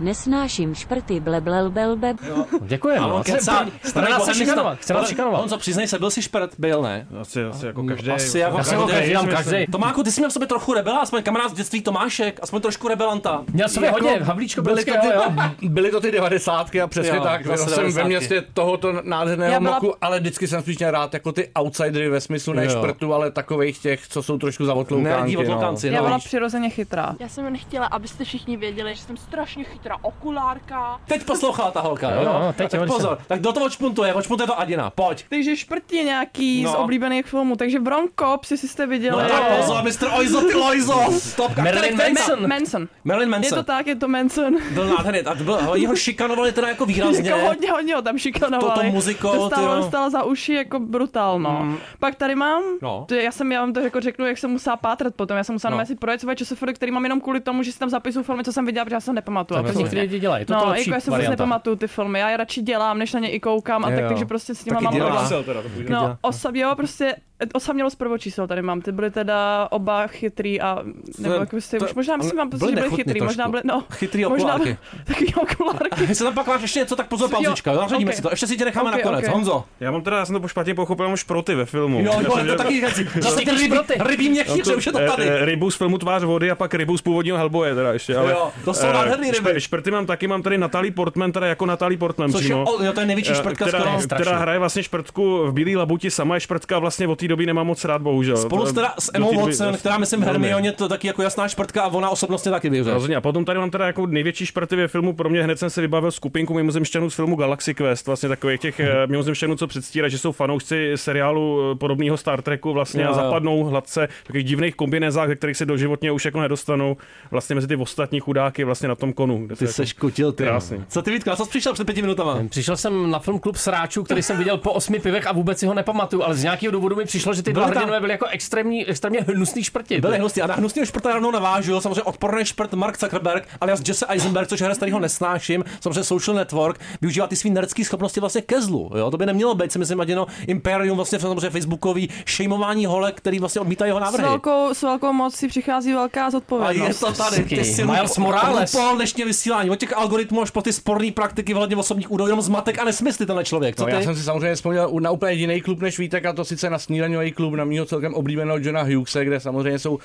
Speaker 2: nesnáším šprty ble blel bel bel.
Speaker 11: Děkujeme.
Speaker 9: Ano,
Speaker 11: Chceme-
Speaker 9: kecá.
Speaker 11: chceme- chceme nás
Speaker 9: Bohemista.
Speaker 11: šikanovat, chceme nás
Speaker 9: Ale
Speaker 11: šikanovat.
Speaker 9: Honzo, přiznej se, byl jsi šprt, byl ne?
Speaker 15: Asi, asi
Speaker 13: Mm,
Speaker 15: jako každý.
Speaker 9: Asi jako
Speaker 11: Já jsem ho každý, dám každý.
Speaker 9: Tomáku, ty jsi měl v sobě trochu rebela, aspoň kamarád z dětství Tomášek, aspoň trošku rebelanta.
Speaker 11: Měl jsem jako, hodně, Havlíčko
Speaker 13: byly, to
Speaker 11: Brodského,
Speaker 13: ty,
Speaker 11: jo.
Speaker 13: byly to ty devadesátky a přesně
Speaker 9: Jo,
Speaker 13: tak.
Speaker 9: zase
Speaker 13: Byl jsem ve
Speaker 9: 90.
Speaker 13: městě tohoto nádherného
Speaker 9: Já byla-
Speaker 13: moku, ale vždycky jsem spíš měl rád jako ty outsidery ve smyslu ne
Speaker 9: Jo.
Speaker 13: šprtu, ale takových těch, co jsou trošku zavotloukánky.
Speaker 9: Ne,
Speaker 11: no.
Speaker 9: divotloukánci,
Speaker 6: Já byla přirozeně chytrá.
Speaker 27: Já jsem jen chtěla, abyste všichni věděli, že jsem strašně chytrá okulárka.
Speaker 9: Teď poslouchala ta holka, jo?
Speaker 11: Jo, no, teď
Speaker 9: tak
Speaker 11: jo,
Speaker 9: pozor, tak do toho čpuntuje, očpuntuje to Adina, pojď.
Speaker 6: Takže šprtí nějaký
Speaker 9: No.
Speaker 6: z oblíbených filmů, takže Bronco, si jste
Speaker 9: No
Speaker 6: viděli.
Speaker 9: tak pozor, Mr. Oizo, ty Loizo, stopka,
Speaker 6: Marilyn
Speaker 9: který-
Speaker 6: Manson. Manson.
Speaker 9: Marilyn Manson.
Speaker 6: Je to tak, je to Manson.
Speaker 9: Byl nádherný, a to byl, ho- jeho šikanovali teda jako výrazně.
Speaker 6: Jako hodně, hodně ho tam šikanovali.
Speaker 9: Toto muzikou,
Speaker 6: to
Speaker 9: ty
Speaker 6: stálo,
Speaker 9: jo.
Speaker 6: stálo za uši jako brutálno.
Speaker 9: Mm.
Speaker 6: Mm. Pak tady mám,
Speaker 9: No.
Speaker 6: no. já jsem, já vám to jako řeknu, jak jsem musela pátrat potom, já jsem musela
Speaker 9: No.
Speaker 6: no. si projet své časofory, který mám jenom kvůli tomu, že si tam zapisuju filmy, co jsem viděla, protože já jsem nepamatuju.
Speaker 11: To
Speaker 6: absolutně.
Speaker 11: některý lidi dělají, to je to
Speaker 6: no,
Speaker 11: lepší
Speaker 6: jako já si vůbec
Speaker 11: varianta.
Speaker 6: nepamatuju ty filmy, já je radši dělám, než na ně i koukám, a
Speaker 11: Jo,
Speaker 6: tak,
Speaker 11: jo.
Speaker 6: takže prostě s nimi
Speaker 11: Taky
Speaker 6: mám
Speaker 11: dělá.
Speaker 6: problém.
Speaker 11: Čísel teda, to bude. Taky
Speaker 6: No,
Speaker 11: dělá.
Speaker 6: osam, jo, prostě osamělost prvočíslo tady mám, ty byly teda oba chytrý a nebo
Speaker 9: To-
Speaker 6: jak byste,
Speaker 9: to-
Speaker 6: už možná myslím, mám
Speaker 9: byly
Speaker 6: pocit, že byly
Speaker 9: nechutný
Speaker 6: chytrý,
Speaker 9: trošku.
Speaker 6: možná byly, no,
Speaker 9: Chytrý
Speaker 6: možná
Speaker 9: okulárky.
Speaker 6: taky okulárky.
Speaker 9: Jestli tam pak máš ještě něco, tak pozor,
Speaker 6: Jo,
Speaker 9: pauzička, zařadíme
Speaker 6: ok.
Speaker 9: si to, ještě si tě necháme
Speaker 6: Ok,
Speaker 9: nakonec.
Speaker 6: ok.
Speaker 9: Honzo.
Speaker 15: Já mám teda, já jsem to špatně pochopil, mám šproty ve filmu.
Speaker 9: Jo,
Speaker 15: Já
Speaker 9: jo,
Speaker 15: jsem
Speaker 9: to
Speaker 15: že-
Speaker 9: taky říkací. Zase ty rybí, rybí mě
Speaker 15: Mám
Speaker 9: chytře,
Speaker 15: tu,
Speaker 9: už je to
Speaker 15: eh,
Speaker 9: tady.
Speaker 15: eh, Rybu z filmu Tvář vody a pak rybu z původního Hellboye teda ještě, ale...
Speaker 9: Jo, to jsou
Speaker 15: eh,
Speaker 9: nádherný
Speaker 15: špe-
Speaker 9: ryby.
Speaker 15: Šprty mám taky, mám tady Natalie Portman, teda jako Natalie Portman
Speaker 9: Což je-
Speaker 15: přímo.
Speaker 9: o, jo, to je největší
Speaker 15: eh,
Speaker 9: šprtka skoro.
Speaker 15: která,
Speaker 9: To je strašný.
Speaker 15: která hraje vlastně šprtku v Bílý labuti, sama je šprtka a vlastně od té doby nemám moc rád, bohužel.
Speaker 9: Spolu s,
Speaker 15: To-
Speaker 9: teda, s
Speaker 15: do té
Speaker 9: Emma
Speaker 15: doby- vlastně
Speaker 9: Watson, která myslím v
Speaker 15: velmi.
Speaker 9: Hermioně to taky jako jasná šprtka a ona osobnostně taky vyhře.
Speaker 15: Rozhodně. A potom tady mám teda jako největší šprty ve filmu. Pro mě hned jsem se vybavil skupinku mimozemšťanů z filmu Galaxy Quest, vlastně takových těch eh,
Speaker 11: Mhm.
Speaker 15: mimozemšťanů, co předstírají, že jsou fanoušci seriálu eh, podobného Star Treku vlastně
Speaker 9: Jo,
Speaker 15: a
Speaker 9: jo.
Speaker 15: zapadnou hladce v takových divných kombinézách, ze kterých se doživotně už jako nedostanou vlastně mezi ty ostatní chudáky vlastně na tom konu. Ty
Speaker 9: seš kutil, ty.
Speaker 15: Krásný.
Speaker 9: Co ty Vítko, na co jsi přišel před pěti minutama?
Speaker 11: Přišel jsem na film Klub sráčů, který jsem viděl po osmi pivech a vůbec si ho nepamatuju, ale z nějakého důvodu mi přišlo, že ty dva
Speaker 9: Byly tam-
Speaker 11: hrdinové byly jako extrémní, extrémně hnusný šprti.
Speaker 9: Byly hnusný. A na hnusného šprta rovnou navážu. Samozřejmě odporný šprt Mark Zuckerberg, ale já Jesse Eisenberg, což je hra, kterýho nesnáším. Samozřejmě social network využívá ty svý nerdské schopnosti vlastně ke zlu. Jo? To by nemělo být, si myslím, Adino, Imperium, vlastně samozřejmě Facebookový, šejmování hole, který vlastně odmítá jeho
Speaker 6: S
Speaker 9: návrhy.
Speaker 6: velkou, s velkou mocí přichází velká
Speaker 9: A
Speaker 6: zodpovědnost.
Speaker 9: je to tady, ty si
Speaker 11: Miles Morales.
Speaker 9: Po dnešní vysílání, od těch algoritmů až po ty sporné praktiky ohledně osobních údajů, jenom zmatek a nesmysly tenhle člověk. Co
Speaker 13: No,
Speaker 9: ty?
Speaker 13: já jsem si samozřejmě vzpomněl u- na úplně jiný klub než Vítek, a to sice na snídaňový klub, na mýho celkem oblíbeného Johna Hughese, kde samozřejmě jsou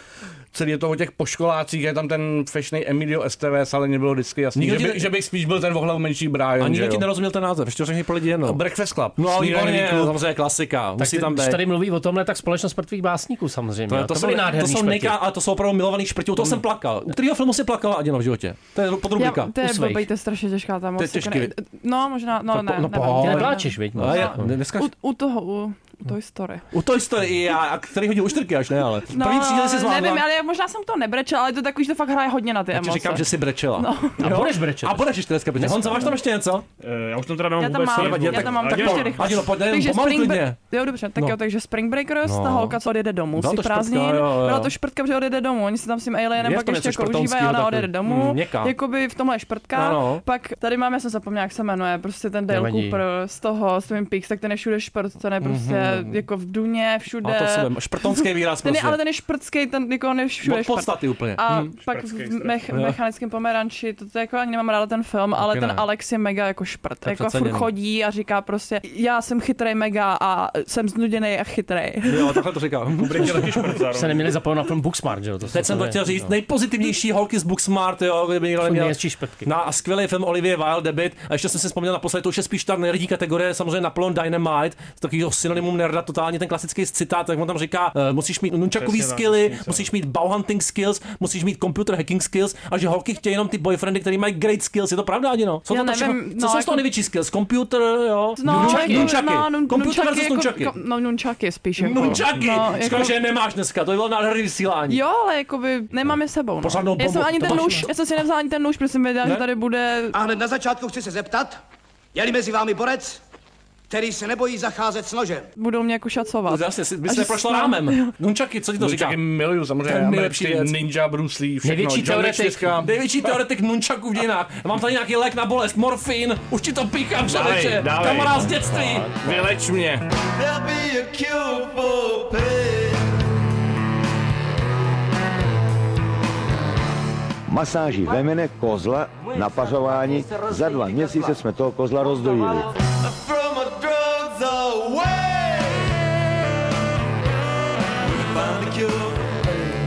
Speaker 13: celý je toho těch poškolácích, je tam ten fešnej Emilio STVS, ale mě bylo vždycky jasný,
Speaker 9: Nikdo
Speaker 13: že,
Speaker 9: ti
Speaker 13: by,
Speaker 9: ne-
Speaker 13: že, bych spíš byl ten vohlav menší Brian.
Speaker 9: a
Speaker 13: že
Speaker 9: nikdo
Speaker 13: jo?
Speaker 9: ti nerozuměl ten název, ještě to řekni pro lidi jenom.
Speaker 13: Breakfast Club.
Speaker 9: No,
Speaker 13: Snídaňový
Speaker 9: výborně,
Speaker 13: klub.
Speaker 9: samozřejmě klasika,
Speaker 11: Tak
Speaker 9: musí tam být.
Speaker 11: když tady mluví o tomhle, tak společnost mrtvých básníků samozřejmě.
Speaker 9: To,
Speaker 11: To,
Speaker 9: to,
Speaker 11: to
Speaker 9: jsou,
Speaker 11: byly
Speaker 9: to
Speaker 11: nádherný Mm.
Speaker 9: jsou
Speaker 11: šprti.
Speaker 9: nejka, ale to jsou opravdu milovaný šprti. U toho jsem plakal. U kterého filmu si plakala Adina v životě? To je podrubrika.
Speaker 6: Já, to je blbej, to je strašně těžká ta moc.
Speaker 9: je těžký,
Speaker 6: jako ne- No, možná, no, ne, nevím.
Speaker 11: Ty nepláčeš, viď?
Speaker 9: No, já, dneska... U,
Speaker 6: U, u toho, u, u Toy Story.
Speaker 9: u Toy Story i já, a který hodil uštrky až ne, ale.
Speaker 6: No,
Speaker 9: První třídě si zvládla.
Speaker 6: nevím, ale ale možná jsem to nebrečela, ale to takový, že to fakt hraje hodně na ty
Speaker 9: Já ti
Speaker 6: emoce.
Speaker 9: říkám, že jsi brečela.
Speaker 6: No.
Speaker 9: A budeš brečet. A budeš ještě dneska brečet. Honza, máš tam ještě něco?
Speaker 15: Já už tam teda nemám
Speaker 6: Já tam
Speaker 15: vůbec
Speaker 6: mám,
Speaker 15: nic.
Speaker 6: já tam mám tak ještě rychle.
Speaker 9: Adino, pojď, jdem
Speaker 6: takže
Speaker 9: pomalu
Speaker 6: Spring Bre-
Speaker 9: klidně.
Speaker 6: Jo, dobře, tak
Speaker 9: No.
Speaker 6: jo, takže Spring Breakers,
Speaker 9: No.
Speaker 6: ta holka, co odjede domů,
Speaker 9: Byla
Speaker 6: si
Speaker 9: to šprtka,
Speaker 6: prázdnin,
Speaker 9: jo, jo, jo.
Speaker 6: byla to šprtka, že odjede domů, oni se tam s tím alienem
Speaker 9: Je v
Speaker 6: pak
Speaker 9: tom
Speaker 6: ještě jako
Speaker 9: něco
Speaker 6: koužívají,
Speaker 9: šprtonskýho
Speaker 6: ale
Speaker 9: takový.
Speaker 6: odjede domů,
Speaker 9: Mm, měkká.
Speaker 6: jakoby v tomhle je šprtka,
Speaker 9: Ano.
Speaker 6: pak tady máme, já jsem zapomněla, jak se jmenuje, prostě ten Dale
Speaker 9: Nevadí.
Speaker 6: Cooper z toho, s tím Pix, tak ten je všude šprt, ten je prostě
Speaker 9: Mhm.
Speaker 6: jako v duně, všude.
Speaker 9: A to se vem. Šprtonský výraz
Speaker 6: Ten je,
Speaker 9: prostě.
Speaker 6: ale ten je šprtský, ten jako on je všude
Speaker 9: Od
Speaker 6: šprt.
Speaker 9: podstaty úplně.
Speaker 6: A
Speaker 9: Mhm.
Speaker 6: pak
Speaker 9: Šprtský
Speaker 6: v
Speaker 9: strašně.
Speaker 6: mech-
Speaker 9: Jo.
Speaker 6: mechanickém pomeranči, to, to jako ani nemám ráda ten film, ale
Speaker 9: Taky
Speaker 6: ten
Speaker 9: ne.
Speaker 6: Alex je mega jako šprt.
Speaker 9: To je
Speaker 6: jako furt
Speaker 9: přeceněný.
Speaker 6: chodí a říká prostě, já jsem chytrej mega a jsem znuděnej a chytrej.
Speaker 9: Jo, takhle to říkám.
Speaker 15: Kubrick je taky šprt zároveň.
Speaker 11: se neměli zapomenout na film Booksmart, že jo? To
Speaker 9: Teď jsem to chtěl říct,
Speaker 11: no.
Speaker 9: nejpozitivnější holky z Booksmart, jo, kdyby někdo
Speaker 11: Jsou
Speaker 9: neměl.
Speaker 11: nejhezčí špetky.
Speaker 9: Na a skvělý film Olivie Wilde debit. A ještě jsem si vzpomněl naposledy, to už je spíš ta nerdí kategorie, samozřejmě Napoleon Dynamite, takový synonymum nerda, totálně ten klasický citát, jak on tam říká, eh, musíš mít nunčakový
Speaker 15: Přesně tak,
Speaker 9: skilly,
Speaker 15: přesně tak.
Speaker 9: musíš mít bowhunting skills, musíš mít computer hacking skills a že holky chtějí jenom ty boyfriendy, který mají great skills. Je to pravda, Adino? Co,
Speaker 6: Já
Speaker 9: to to všechno,
Speaker 6: nevím,
Speaker 9: co
Speaker 6: no,
Speaker 9: jsou z
Speaker 6: jako-
Speaker 9: toho největší skills? Computer, jo?
Speaker 6: No,
Speaker 9: nunčaky,
Speaker 6: jako-
Speaker 9: nunčaky.
Speaker 6: No, nun,
Speaker 9: Computer
Speaker 6: nunčaky
Speaker 9: versus
Speaker 6: jako,
Speaker 9: nunčaky.
Speaker 6: Jako, no, nunčaky spíš. Jako.
Speaker 9: Nunčaky!
Speaker 6: No,
Speaker 9: Škoda, že je nemáš dneska, to by bylo nádherný vysílání.
Speaker 6: Jo, ale jakoby nemám je sebou. No.
Speaker 9: Pořádnou
Speaker 6: Já jsem
Speaker 9: bombu,
Speaker 6: ani
Speaker 9: to
Speaker 6: ten
Speaker 9: máš,
Speaker 6: nůž,
Speaker 9: no.
Speaker 6: já jsem si nevzala ani ten nůž, protože jsem věděla,
Speaker 9: Ne?
Speaker 6: že tady bude...
Speaker 28: A hned na začátku chci se zeptat, je-li mezi vámi borec, který se nebojí zacházet s nožem.
Speaker 6: Budou mě jako šacovat.
Speaker 9: Zase, jsi- by
Speaker 6: A
Speaker 9: se
Speaker 6: že
Speaker 9: neprošla
Speaker 6: snad-
Speaker 9: rámem. Nunčaky, co ti to říká?
Speaker 13: Nunčaky miluju, samozřejmě.
Speaker 9: To je
Speaker 13: já
Speaker 9: nejlepší
Speaker 13: mám ty
Speaker 9: věc.
Speaker 13: Ninja, Bruce Lee, všechno.
Speaker 9: Největší
Speaker 13: John Wick
Speaker 9: teoretik,
Speaker 13: 4.
Speaker 9: největší teoretik nunčaků v dějinách. Já Mám tady nějaký lék na bolest, morfin, už ti to píchám,
Speaker 13: Dávej,
Speaker 9: člověče,
Speaker 13: dávej.
Speaker 9: kamarád z dětství.
Speaker 13: Vyleč mě.
Speaker 1: There'll be a cure for pain.
Speaker 4: Masáží vemene, kozla, napařování. Za dva měsíce jsme toho kozla rozdojili.
Speaker 1: From our drugs away. We find a cure for pain.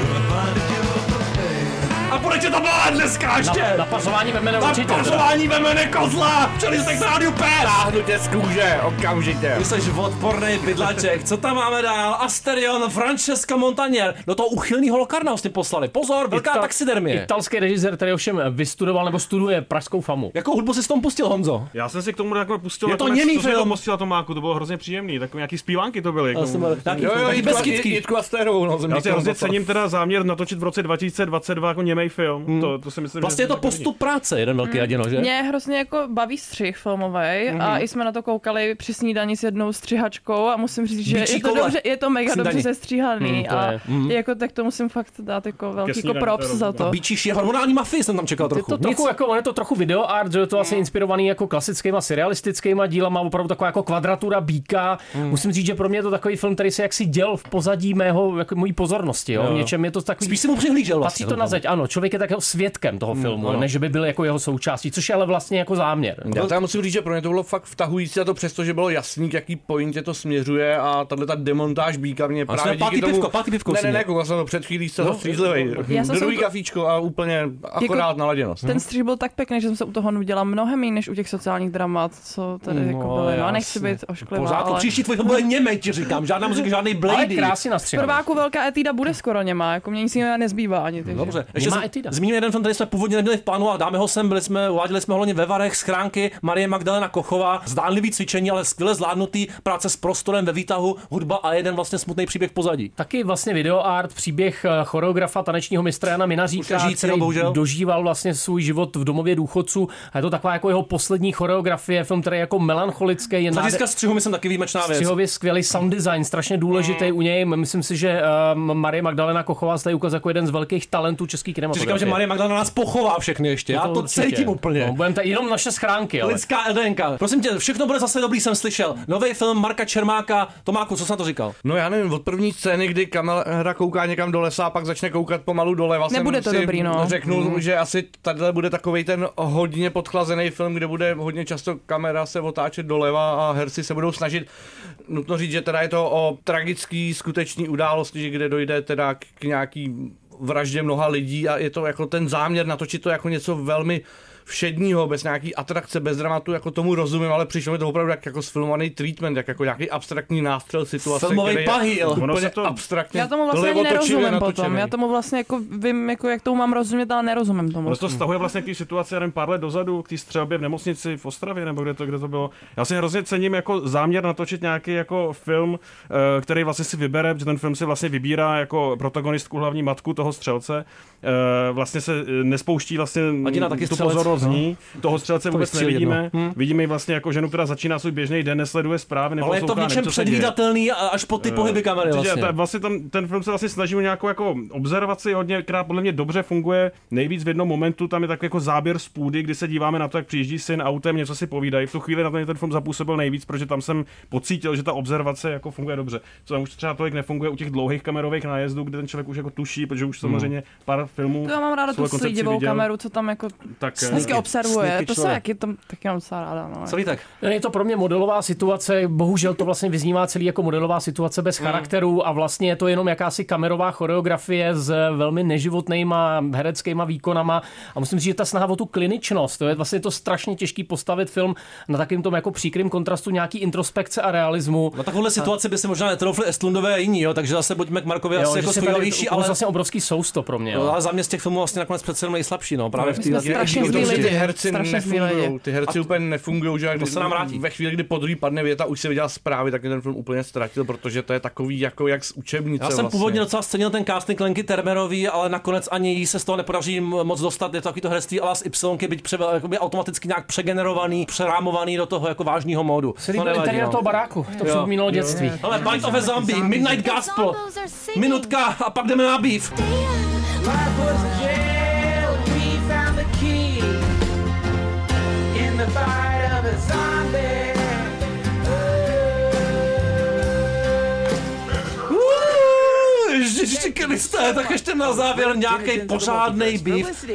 Speaker 1: We find a cure for pain.
Speaker 9: A bude tě to bolet dneska ještě.
Speaker 11: Na- napasování ve jméne určitě, teda.
Speaker 9: Napasování ve jméne kozla. Včeli jste k rádiu pes.
Speaker 13: Táhnu tě z kůže, okamžitě.
Speaker 9: Ty jsi odporný bydlaček. Co tam máme dál? Asterion, Francesco Montanier. Do toho uchylného lokarna ho s tím poslali. Pozor, velká
Speaker 11: Ital-
Speaker 9: taxidermie.
Speaker 11: Italský režisér, který ovšem vystudoval nebo studuje pražskou famu.
Speaker 9: Jakou hudbu si s tom pustil, Honzo?
Speaker 15: Já jsem si k tomu takhle pustil.
Speaker 11: Je
Speaker 15: nakonec,
Speaker 11: to němý
Speaker 15: co jsem
Speaker 11: film.
Speaker 15: tam pustil na tom máku, to bylo hrozně příjemný. Takové nějaký zpívanky to byly. jako
Speaker 9: Já jsem byl- taky-
Speaker 13: Jo, jo,
Speaker 9: Taky
Speaker 13: Jitku,
Speaker 9: Beskický.
Speaker 13: Jitku Asterovou. No, jsem
Speaker 15: Já si
Speaker 13: říkal,
Speaker 15: hrozně
Speaker 13: no, to-
Speaker 15: cením teda záměr natočit v roce 2022 jako němej film. To, to si myslím, že
Speaker 9: Vlastně je to postup práce, jeden velký
Speaker 6: Mm.
Speaker 9: Adino, že?
Speaker 6: Mě hrozně jako baví střih filmový
Speaker 9: Mhm.
Speaker 6: a i jsme na to koukali při snídani s jednou střihačkou a musím říct, že
Speaker 9: Bíčí
Speaker 6: je to,
Speaker 9: koule.
Speaker 6: dobře, je to mega
Speaker 9: Snídani.
Speaker 6: dobře sestříhaný
Speaker 9: Mm, to
Speaker 6: a
Speaker 9: je. Mhm.
Speaker 6: jako tak to musím fakt dát jako velký jako
Speaker 9: snídani,
Speaker 6: props
Speaker 9: to
Speaker 6: za to.
Speaker 9: Bíčíš je hormonální mafii, jsem tam čekal
Speaker 11: Je
Speaker 9: trochu.
Speaker 11: to trochu,
Speaker 9: Nic.
Speaker 11: jako, on je to trochu video art, že je to
Speaker 6: Mm.
Speaker 11: asi inspirovaný jako klasickýma serialistickýma dílama, opravdu taková jako kvadratura býka.
Speaker 9: Mm.
Speaker 11: Musím říct, že pro mě je to takový film, který se jaksi děl v pozadí mého, jako mojí pozornosti. Jo?
Speaker 9: Jo.
Speaker 11: V něčem je to takový...
Speaker 9: Spíš si mu přihlížel vlastně Mm,
Speaker 11: Patří to
Speaker 9: ten
Speaker 11: na
Speaker 9: film.
Speaker 11: zeď, ano. Člověk je tak jako svědkem toho filmu,
Speaker 13: ano.
Speaker 11: než že by byl jako jeho součástí, což je ale vlastně jako záměr.
Speaker 13: Já tam musím říct, že pro mě to bylo fakt vtahující a to přesto, že bylo jasný, k jaký pointě to směřuje a tahle ta demontáž býka mě
Speaker 9: A
Speaker 13: právě
Speaker 9: jsme pátý
Speaker 13: díky tomu...
Speaker 9: Vlastně pivko, pátý pivko
Speaker 13: Ne,
Speaker 9: si
Speaker 13: ne,
Speaker 9: měl.
Speaker 13: ne, koukal jsem to před chvílí zcela
Speaker 9: No,
Speaker 13: no, střízlivej.
Speaker 6: já jsem se
Speaker 13: Druhý
Speaker 6: u to-
Speaker 13: kafíčko a úplně akorát naladěno.
Speaker 6: Jako Ten střih byl tak pěkný, že jsem se u toho nuděla mnohem méně než u těch sociálních dramat, co tady
Speaker 9: No,
Speaker 6: jako byly. No,
Speaker 9: jasně.
Speaker 6: nechci být ošklivá,
Speaker 9: Pořád, ale...
Speaker 6: ale...
Speaker 9: příští tvůj film bude němej, ti říkám. Žádná muzika, žádný blady.
Speaker 6: Prváku velká etída bude skoro něma, jako mě nic jiného nezbývá ani. Takže.
Speaker 9: Dobře, ještě jsem, zmíním jeden film, který jsme původně neměli v plánu a dáme ho sem, byli jsme, uváděli jsme ho loni ve Varech, schránky Marie Magdalena Kochová, zdánlivý cvičení, ale skvěle zvládnutý, práce s prostorem ve výtahu, hudba a jeden vlastně smutný příběh v pozadí.
Speaker 11: Taky vlastně videoart, příběh eh, choreografa tanečního mistra Jana Minaříka,
Speaker 9: nežijícího,
Speaker 11: který
Speaker 9: bohužel.
Speaker 11: dožíval vlastně svůj život v domově důchodců. A je to taková jako jeho poslední choreografie, film, který je jako melancholický. Je
Speaker 9: Z
Speaker 11: nádher-
Speaker 9: hlediska střihu myslím taky výjimečná věc. Mm.
Speaker 11: Střihově skvělý sound design, strašně důležitý u něj. Myslím si, že um, Marie Magdalena Kochová se tady ukazuje jako jeden z velkých talentů český
Speaker 9: Ti
Speaker 11: kinematografie.
Speaker 9: říkám, že Marie Magdalena nás pochová všechny ještě. Já to
Speaker 11: určitě.
Speaker 9: cítím úplně.
Speaker 11: No, budeme tady jenom naše schránky, ale.
Speaker 9: Lidská LDNka. Prosím tě, všechno bude zase dobrý, jsem slyšel. Nový film Marka Čermáka. Tomáku, co jsi na to říkal?
Speaker 13: No já nevím, od první scény, kdy kamera kouká někam do lesa a pak začne koukat pomalu doleva,
Speaker 6: Nebude
Speaker 13: jsem
Speaker 6: to
Speaker 13: si
Speaker 6: dobrý, no.
Speaker 13: řeknul,
Speaker 6: Mhm.
Speaker 13: že asi tady bude takový ten hodně podchlazený film, kde bude hodně často kamera se otáčet doleva a herci se budou snažit. Nutno říct, že teda je to o tragický skutečný události, že kde dojde teda k k nějaký vraždě mnoha lidí a je to jako ten záměr natočit to jako něco velmi všedního, bez nějaký atrakce, bez dramatu, jako tomu rozumím, ale přišlo mi to opravdu jak jako sfilmovaný treatment, jak jako nějaký abstraktní nástřel situace.
Speaker 9: Filmový
Speaker 13: který je
Speaker 9: pahýl.
Speaker 13: Úplně
Speaker 9: Ono se
Speaker 13: to... abstraktně.
Speaker 6: Já tomu vlastně ani
Speaker 13: levotocivě
Speaker 6: nerozumím
Speaker 13: natočený.
Speaker 6: potom. Já tomu vlastně jako vím, jako jak tomu mám rozumět, ale nerozumím tomu.
Speaker 15: Ono se to stahuje vlastně k té situaci, já nevím, pár let dozadu, k té střelbě v nemocnici v Ostravě, nebo kde to, kde to bylo. Já si hrozně cením jako záměr natočit nějaký jako film, eh, který vlastně si vybere, protože ten film si vlastně vybírá jako protagonistku hlavní matku toho střelce. Eh, Vlastně se eh, nespouští vlastně
Speaker 9: Martina taky
Speaker 15: tu
Speaker 9: střelec,
Speaker 15: pozornost z
Speaker 9: no.
Speaker 15: ní. Toho střelce
Speaker 9: To
Speaker 15: vůbec
Speaker 9: vystřelit, no.
Speaker 15: nevidíme.
Speaker 9: Hm.
Speaker 15: Vidíme ji vlastně jako ženu, která začíná svůj běžný den, nesleduje zprávy,
Speaker 9: Ale je to v
Speaker 15: neposlouchá, neví,
Speaker 9: něčem
Speaker 15: co se děje.
Speaker 9: předvídatelný a- až po ty pohyby kamery
Speaker 15: Určitě,
Speaker 9: vlastně.
Speaker 15: ta- vlastně tam, ten film se vlastně snaží o nějakou jako observaci hodně, která podle mě dobře funguje. Nejvíc v jednom momentu tam je tak jako záběr z půdy, kdy se díváme na to, jak přijíždí syn autem, něco si povídají. V tu chvíli na to mě ten film zapůsobil nejvíc, protože tam jsem pocítil, že ta observace jako funguje dobře. Co tam už třeba tolik nefunguje u těch dlouhých kamerových nájezdů, kde ten člověk už jako tuší, protože už samozřejmě pár filmů.
Speaker 6: To já mám ráda tu
Speaker 15: svoje koncepci
Speaker 6: slídivou
Speaker 15: viděl.
Speaker 6: kameru, co tam jako
Speaker 15: Tak, eh,
Speaker 6: hezky observuje.
Speaker 15: sneaky
Speaker 6: To se
Speaker 15: člověk.
Speaker 6: taky tam taky mám docela ráda. No.
Speaker 9: tak.
Speaker 11: Je to pro mě modelová situace, bohužel to vlastně vyznívá celý jako modelová situace bez charakteru a vlastně je to jenom jakási kamerová choreografie s velmi neživotnýma hereckýma výkonama a musím říct, že ta snaha o tu kliničnost, to je vlastně to strašně těžký postavit film na takovém tom jako příkrym kontrastu nějaký introspekce a realismu.
Speaker 9: Na takovouhle situaci by se možná netroufli Estlundové a jiní, jo, takže zase buďme k Markovi asi
Speaker 11: že
Speaker 9: jako
Speaker 11: se tady
Speaker 9: spojovější,
Speaker 11: ukázal
Speaker 9: ale
Speaker 11: vlastně obrovský sousto pro mě.
Speaker 9: No,
Speaker 11: Jo.
Speaker 9: ale za mě z těch filmů vlastně nakonec přece jenom nejslabší, no, právě v té
Speaker 13: ty herci nefungují, ty herci úplně nefungují, že jak
Speaker 9: To se nám vrátí.
Speaker 13: ve chvíli, kdy po druhý padne věta, už se viděla zprávy, tak mě ten film úplně ztratil, protože to je takový jako jak z učebnice
Speaker 9: Já jsem
Speaker 13: vlastně.
Speaker 9: původně docela scenil ten casting Lenky Termerový, ale nakonec ani jí se z toho nepodaří m- moc dostat. Je to takový to herectví ale s Y, byť pře, jakoby automaticky nějak přegenerovaný, přerámovaný do toho jako vážního módu. no.
Speaker 11: Celý byl interiér toho baráku, to připomínalo dětství.
Speaker 9: Ale Bite of a Zombie, Midnight Gospel, minutka a pak jdeme na býv.
Speaker 1: Life was a jail, we found the key in the fight of a zombie.
Speaker 9: Ježiši Kriste, tak ještě na závěr nějaký pořádný býv.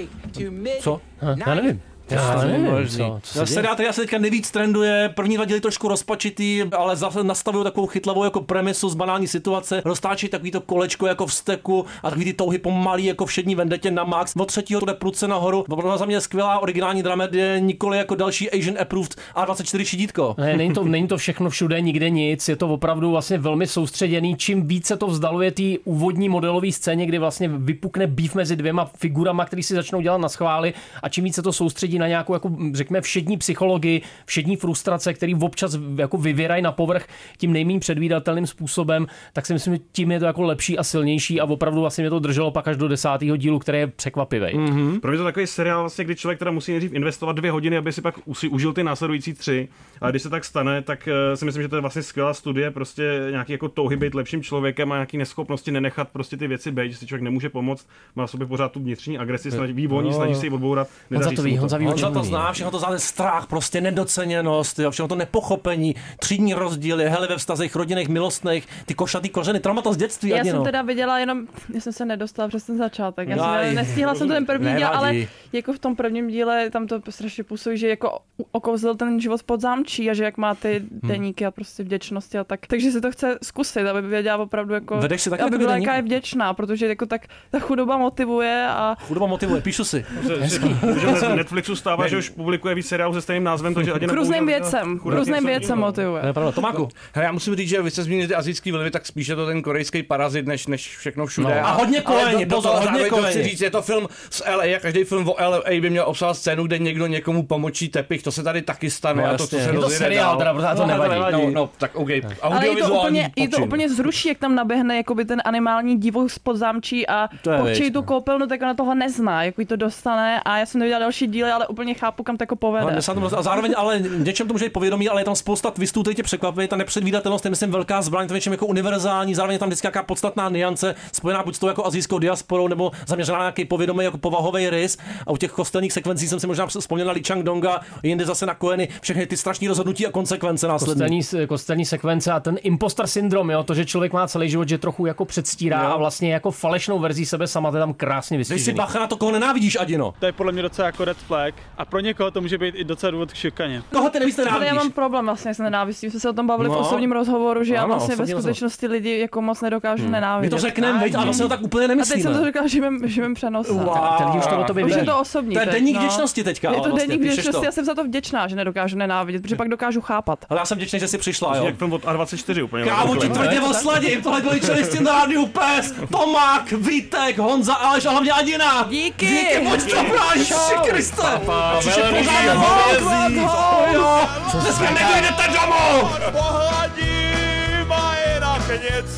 Speaker 9: Co?
Speaker 11: Já nevím. Já nevím, co, co
Speaker 9: Ta
Speaker 11: se děje.
Speaker 9: seriál, který asi teďka nejvíc trenduje, první dva díly trošku rozpačitý, ale zase nastavují takovou chytlavou jako premisu z banální situace, roztáčí takový to kolečko jako v steku a takový ty touhy pomalý jako všední vendetě na max. Od třetího to jde pruce nahoru, opravdu za mě skvělá originální dramedie, nikoli jako další Asian Approved A24 šidítko.
Speaker 11: Ne, není to, není to všechno všude, nikde nic, je to opravdu vlastně velmi soustředěný. Čím více to vzdaluje té úvodní modelové scéně, kdy vlastně vypukne býv mezi dvěma figurama, který si začnou dělat na schvály, a čím více to soustředí na nějakou, jako, řekněme, všední psychologii, všední frustrace, který občas jako vyvěrají na povrch tím nejméně předvídatelným způsobem, tak si myslím, že tím je to jako lepší a silnější a opravdu vlastně mě to drželo pak až do desátého dílu, který je překvapivý.
Speaker 15: Mm-hmm. Pro mě to je takový seriál, vlastně, kdy člověk teda musí nejdřív investovat dvě hodiny, aby si pak usi, užil ty následující tři. A když se tak stane, tak eh, si myslím, že to je vlastně skvělá studie, prostě nějaký jako touhy být lepším člověkem a nějaký neschopnosti nenechat prostě ty věci být, že si člověk nemůže pomoct, má v sobě pořád tu vnitřní agresi, snaží, vývoní,
Speaker 9: Jo,
Speaker 15: snaží
Speaker 9: jo.
Speaker 15: se ji odbourat.
Speaker 11: Honza
Speaker 15: nedaří
Speaker 11: to
Speaker 15: se
Speaker 11: ví,
Speaker 15: mu
Speaker 11: Honza ví, o
Speaker 9: On za
Speaker 11: čem
Speaker 9: to
Speaker 11: mluví.
Speaker 9: zná, všechno to zná, ten strach, prostě nedoceněnost, jo, všechno to nepochopení, třídní rozdíly, hele ve vztazích rodinných, milostných, ty košatý kořeny, traumata z dětství.
Speaker 6: Já
Speaker 9: Adě,
Speaker 6: jsem
Speaker 9: no.
Speaker 6: teda viděla jenom, já jsem se nedostala přes ten začátek. Já jsem
Speaker 9: Aj.
Speaker 6: ne- nestihla jsem to ten první díl,
Speaker 9: Nevadí.
Speaker 6: ale jako v tom prvním díle tam to strašně působí, že jako okouzl ten život pod zámčí a že jak má ty
Speaker 9: Hm.
Speaker 6: deníky a prostě vděčnosti a tak. Takže si to chce zkusit, aby věděla opravdu jako,
Speaker 9: Vedeš si taky
Speaker 6: aby
Speaker 9: takový
Speaker 6: byla
Speaker 9: deník?
Speaker 6: jaká je vděčná, protože jako tak ta chudoba motivuje a
Speaker 9: Chudoba motivuje, píšu si.
Speaker 15: Že- že- že se Netflixu stává, že už publikuje víc seriálů se stejným názvem, takže
Speaker 6: k různým
Speaker 11: no,
Speaker 6: věcem, k různým věcem motivuje.
Speaker 9: Tomáku.
Speaker 13: Hele, já musím říct, že vy jste zmínili ty azijský vlivy, tak spíše to ten korejský parazit, než, než všechno všude.
Speaker 9: No. A hodně
Speaker 13: Ale
Speaker 9: koleni,
Speaker 13: do- do
Speaker 9: pozor,
Speaker 13: toho
Speaker 9: hodně
Speaker 13: zároveň to
Speaker 9: koleni.
Speaker 13: Chci říct, je to film z LA a každý film o LA by měl obsahovat scénu, kde někdo někomu pomočí tepich, to se tady taky stane.
Speaker 9: No,
Speaker 13: a to, co
Speaker 9: jasně.
Speaker 13: se
Speaker 9: Je to
Speaker 13: rozjede
Speaker 9: seriál,
Speaker 13: dál.
Speaker 9: teda, protože to
Speaker 13: No,
Speaker 9: nevadí.
Speaker 13: No, no, tak OK.
Speaker 6: Ale je to,
Speaker 13: Audiovizuální
Speaker 6: úplně, je to
Speaker 13: počin.
Speaker 6: úplně zruší, jak tam naběhne jakoby ten animální divo spod zámčí a
Speaker 9: To je
Speaker 6: pochčejí
Speaker 9: věc, no.
Speaker 6: tu koupelnu, tak ona toho nezná, jak jí to dostane a já jsem neviděla další díly, ale úplně chápu, kam to jako povede.
Speaker 9: Ale mě se na tom roz- a zároveň ale něčem to může být povědomí, ale je tam spousta twistů, který tě překvapí. Ta nepředvídatelnost je, myslím, velká zbraň, to je něčem jako univerzální, zároveň je tam vždycky nějaká podstatná niance, spojená buď s tou jako azijskou diasporou, nebo zaměřená na nějaký povědomý jako povahový rys. A u těch kostelních sekvencí jsem si možná vzpomněl na Li Chang Donga, jinde zase na Koeny, všechny ty strašné rozhodnutí a konsekvence následné.
Speaker 11: Kostelní, kostelní sekvence a ten impostor syndrom, jo, to, že člověk má celý život, že trochu jako předstírá a vlastně jako falešnou verzí sebe sama, to je tam krásně
Speaker 9: Dej si
Speaker 11: vysvětlený.
Speaker 9: bacha na to, koho nenávidíš, Adino.
Speaker 20: To je podle mě docela jako red flag. flek a pro někoho to může být i docela důvod k šikaně.
Speaker 9: Koho ty nevíš,
Speaker 6: Ale já mám problém vlastně s nenávistí. My jsme se o tom bavili
Speaker 20: No.
Speaker 6: v osobním rozhovoru, že já
Speaker 20: Ano,
Speaker 6: vlastně ve
Speaker 20: osobní rozhovor.
Speaker 6: skutečnosti lidi jako moc nedokážu
Speaker 9: Hmm.
Speaker 6: nenávidět.
Speaker 9: My to řekneme, veď, a vlastně to tak úplně
Speaker 6: A teď jsem
Speaker 9: nemyslíme.
Speaker 6: to říkal, že mém, že mém přenose.
Speaker 9: Wow. Ty lidi už to o tobě
Speaker 6: Už je
Speaker 9: vědí.
Speaker 6: to osobní.
Speaker 9: To je
Speaker 6: teď,
Speaker 9: deník
Speaker 6: no.
Speaker 9: vděčnosti teďka,
Speaker 6: Je
Speaker 9: ale
Speaker 6: to
Speaker 9: vlastně,
Speaker 6: deník
Speaker 9: píšeš
Speaker 6: vděčnosti,
Speaker 9: to.
Speaker 6: já jsem za to vděčná, že nedokážu nenávidět, protože pak dokážu chápat.
Speaker 9: Ale já jsem vděčný, že jsi přišla, jo. Jak
Speaker 20: film od A24 úplně.
Speaker 9: Kámo, ti tvrdě osladím, tohle byli čelisti na rádiu PES, Tomák, Vítek, Honza, Aleš a hlavně Adina.
Speaker 6: Díky.
Speaker 9: Díky, moc to pro Ježiši Kriste. Což je
Speaker 1: velmi
Speaker 9: pořád
Speaker 1: díky.
Speaker 9: hok, hok, hok, jo.
Speaker 1: Co
Speaker 9: Dneska
Speaker 1: se-
Speaker 9: nedojdete domů.
Speaker 1: Pohladím a je nachněc,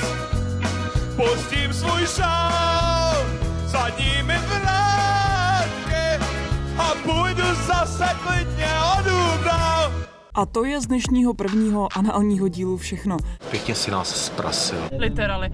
Speaker 1: pustím svůj šál, za nimi vrátky a půjdu zase klidně odům dál.
Speaker 7: A to je z dnešního prvního análního dílu všechno.
Speaker 8: Pěkně si nás zprasil.
Speaker 6: Literally.